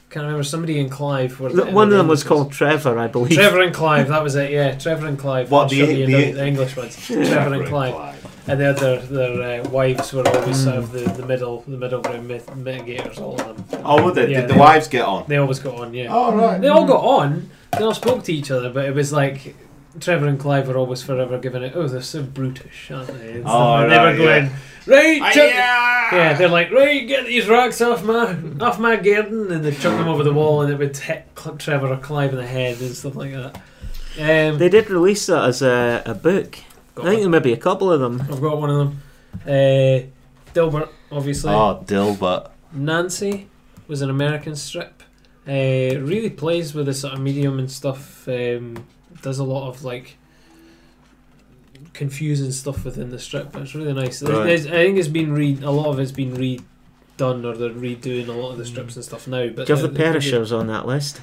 [SPEAKER 1] Can't remember. Somebody in Clive. Were
[SPEAKER 3] Th- One of them was called Trevor, I believe.
[SPEAKER 1] Trevor and Clive. That was it. Yeah, Trevor and Clive.
[SPEAKER 2] What,
[SPEAKER 1] I'll
[SPEAKER 2] the-
[SPEAKER 1] show you
[SPEAKER 2] the-
[SPEAKER 1] the English ones? Trevor and Clive. And they had their, their uh, wives were always sort
[SPEAKER 2] Mm.
[SPEAKER 1] of the, the middle the middle ground mit- mitigators, all of them.
[SPEAKER 2] Oh, would they?
[SPEAKER 1] Yeah,
[SPEAKER 2] Did the
[SPEAKER 1] they-
[SPEAKER 2] wives get on?
[SPEAKER 1] They always got on, yeah.
[SPEAKER 2] Oh, right.
[SPEAKER 1] They all got on. They all spoke to each other, but it was like Trevor and Clive were always forever giving it. Oh, they're so brutish, aren't they? And
[SPEAKER 2] Oh,
[SPEAKER 1] stuff. And they
[SPEAKER 2] right,
[SPEAKER 1] were going
[SPEAKER 2] yeah.
[SPEAKER 1] right. Chuck-"
[SPEAKER 2] Yeah.
[SPEAKER 1] Yeah, they're like right. Get these rocks off my off my garden, and they chuck them over the wall, and it would hit Cl- Trevor or Clive in the head and stuff like that. Um,
[SPEAKER 3] They did release that as a, a book. I
[SPEAKER 1] got
[SPEAKER 3] think there may be a couple of them.
[SPEAKER 1] I've got one of them. Uh, Dilbert, obviously.
[SPEAKER 2] Oh, Dilbert.
[SPEAKER 1] Nancy was an American strip. Uh, really plays with the sort of medium and stuff. Um, does a lot of like confusing stuff within the strip. It's really nice. There's-
[SPEAKER 2] Right.
[SPEAKER 1] there's- I think it's been re a lot of it's been redone or they're redoing a lot of the strips and stuff now. But
[SPEAKER 3] Do you
[SPEAKER 1] uh,
[SPEAKER 3] have Mm. the Perishers on that list?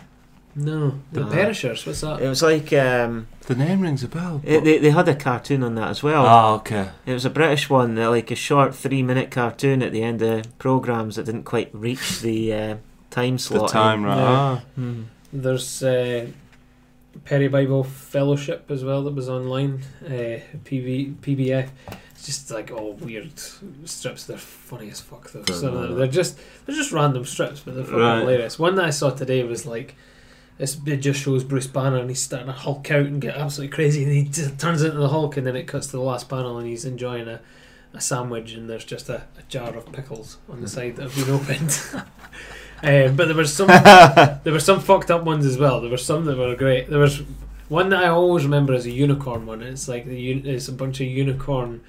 [SPEAKER 1] No, the
[SPEAKER 3] Ah.
[SPEAKER 1] Perishers. What's that?
[SPEAKER 3] It was like um,
[SPEAKER 2] The name rings a bell.
[SPEAKER 3] it, they they had a cartoon on that as well.
[SPEAKER 2] Oh, okay.
[SPEAKER 3] It was a British one, uh, like a short three minute cartoon at the end of programs that didn't quite reach the uh, time
[SPEAKER 2] The
[SPEAKER 3] slot.
[SPEAKER 2] time, right?
[SPEAKER 1] Yeah.
[SPEAKER 2] Ah.
[SPEAKER 3] Hmm.
[SPEAKER 1] There's uh, Perry Bible Fellowship as well that was online, uh, PV, PBF. It's just like all weird strips. They're funny as fuck though.
[SPEAKER 2] Fair
[SPEAKER 1] Some of them,
[SPEAKER 2] enough.
[SPEAKER 1] they're just they're just random strips, but they're fucking
[SPEAKER 2] Right.
[SPEAKER 1] hilarious. One that I saw today was like. It's, it just shows Bruce Banner and he's starting to Hulk out and get absolutely crazy and he t- turns into the Hulk and then it cuts to the last panel and he's enjoying a, a sandwich and there's just a, a jar of pickles on the side that have been opened. um, but there was some there were some fucked up ones as well. There were some that were great. There was one that I always remember as a unicorn one. It's like the un- it's a bunch of unicorn,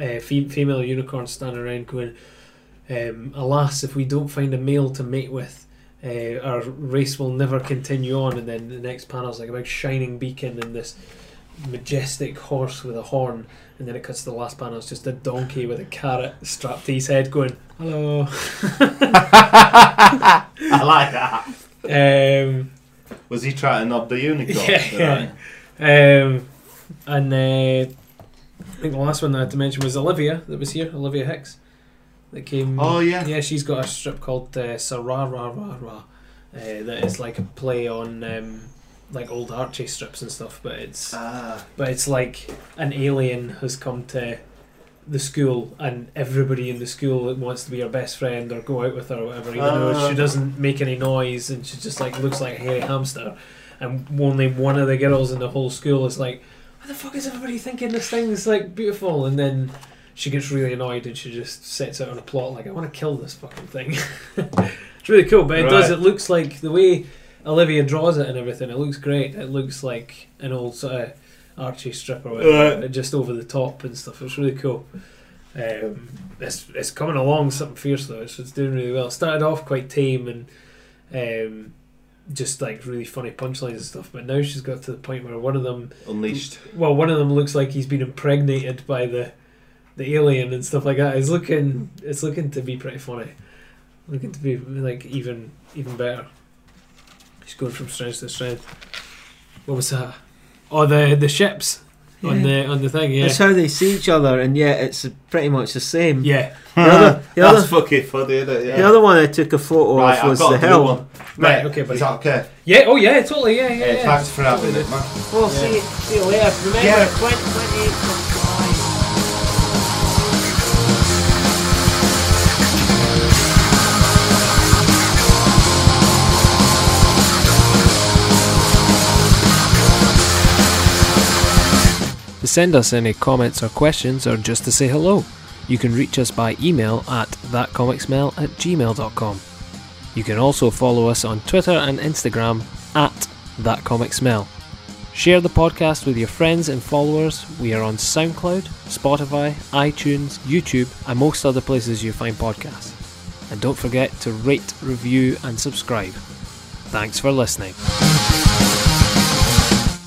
[SPEAKER 1] uh, fe- female unicorns standing around going, um, "Alas, if we don't find a male to mate with." Uh, our race will never continue on, and then the next panel's like a big shining beacon and this majestic horse with a horn, and then it cuts to the last panel. It's just a donkey with a carrot strapped to his head, going "Hello."
[SPEAKER 2] Ah. I like that.
[SPEAKER 1] Um,
[SPEAKER 2] Was he trying to knob the unicorn?
[SPEAKER 1] Yeah, yeah. Um, and uh, I think the last one that I had to mention was Olivia that was here, Olivia Hicks, that came.
[SPEAKER 2] Oh, yeah.
[SPEAKER 1] yeah, she's got a strip called uh, Sarah Ra Ra Ra, uh, that is like a play on um, like old Archie strips and stuff, but it's
[SPEAKER 2] Ah.
[SPEAKER 1] but it's like an alien has come to the school and everybody in the school wants to be her best friend or go out with her or whatever even though
[SPEAKER 2] Ah.
[SPEAKER 1] she doesn't make any noise and she just like looks like a hairy hamster and only one of the girls in the whole school is like what the fuck is everybody thinking this thing is like beautiful and then she gets really annoyed and she just sets out on a plot like I want to kill this fucking thing it's really cool but it does
[SPEAKER 2] Right.
[SPEAKER 1] it looks like the way Olivia draws it and everything it looks great it looks like an old sort of Archie strip or whatever,
[SPEAKER 2] Right.
[SPEAKER 1] but just over the top and stuff. It's really cool. Um, it's it's coming along something fierce though. It's, it's doing really well. It started off quite tame and um, just like really funny punchlines and stuff, but now she's got to the point where one of them,
[SPEAKER 2] Unleashed.
[SPEAKER 1] well, one of them looks like he's been impregnated by the the alien and stuff like that. It's looking it's looking to be pretty funny. Looking to be like even even better. She's going from strength to strength. What was that? Oh, the the ships on the on the thing. Yeah,
[SPEAKER 3] It's how they see each other, and yet it's pretty much the same.
[SPEAKER 1] yeah.
[SPEAKER 3] The other, the
[SPEAKER 2] That's
[SPEAKER 3] other,
[SPEAKER 2] fucking funny, isn't it? Yeah.
[SPEAKER 3] the other one I took a photo
[SPEAKER 2] Right,
[SPEAKER 3] of
[SPEAKER 2] I've
[SPEAKER 3] was
[SPEAKER 2] got
[SPEAKER 3] the
[SPEAKER 2] a new
[SPEAKER 3] hill.
[SPEAKER 2] one.
[SPEAKER 1] Right, okay, buddy.
[SPEAKER 2] Is that okay?
[SPEAKER 1] Yeah. Oh, yeah. Totally. Yeah, yeah.
[SPEAKER 2] Yeah,
[SPEAKER 1] yeah.
[SPEAKER 2] thanks for having it, man.
[SPEAKER 1] Well, see, see you later. Remember,
[SPEAKER 2] Yeah.
[SPEAKER 1] 2028
[SPEAKER 4] To send us any comments or questions or just to say hello, you can reach us by email at thatcomicsmell at gmail.com. You can also follow us on Twitter and Instagram at thatcomicsmell. Share the podcast with your friends and followers. We are on SoundCloud, Spotify, iTunes, YouTube, and most other places you find podcasts. And don't forget to rate, review, and subscribe. Thanks for listening.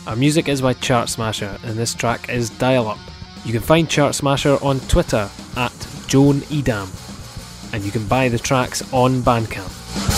[SPEAKER 4] Our music is by Chart Smasher, and this track is Dial Up. You can find Chart Smasher on Twitter at Joan Edam, and you can buy the tracks on Bandcamp.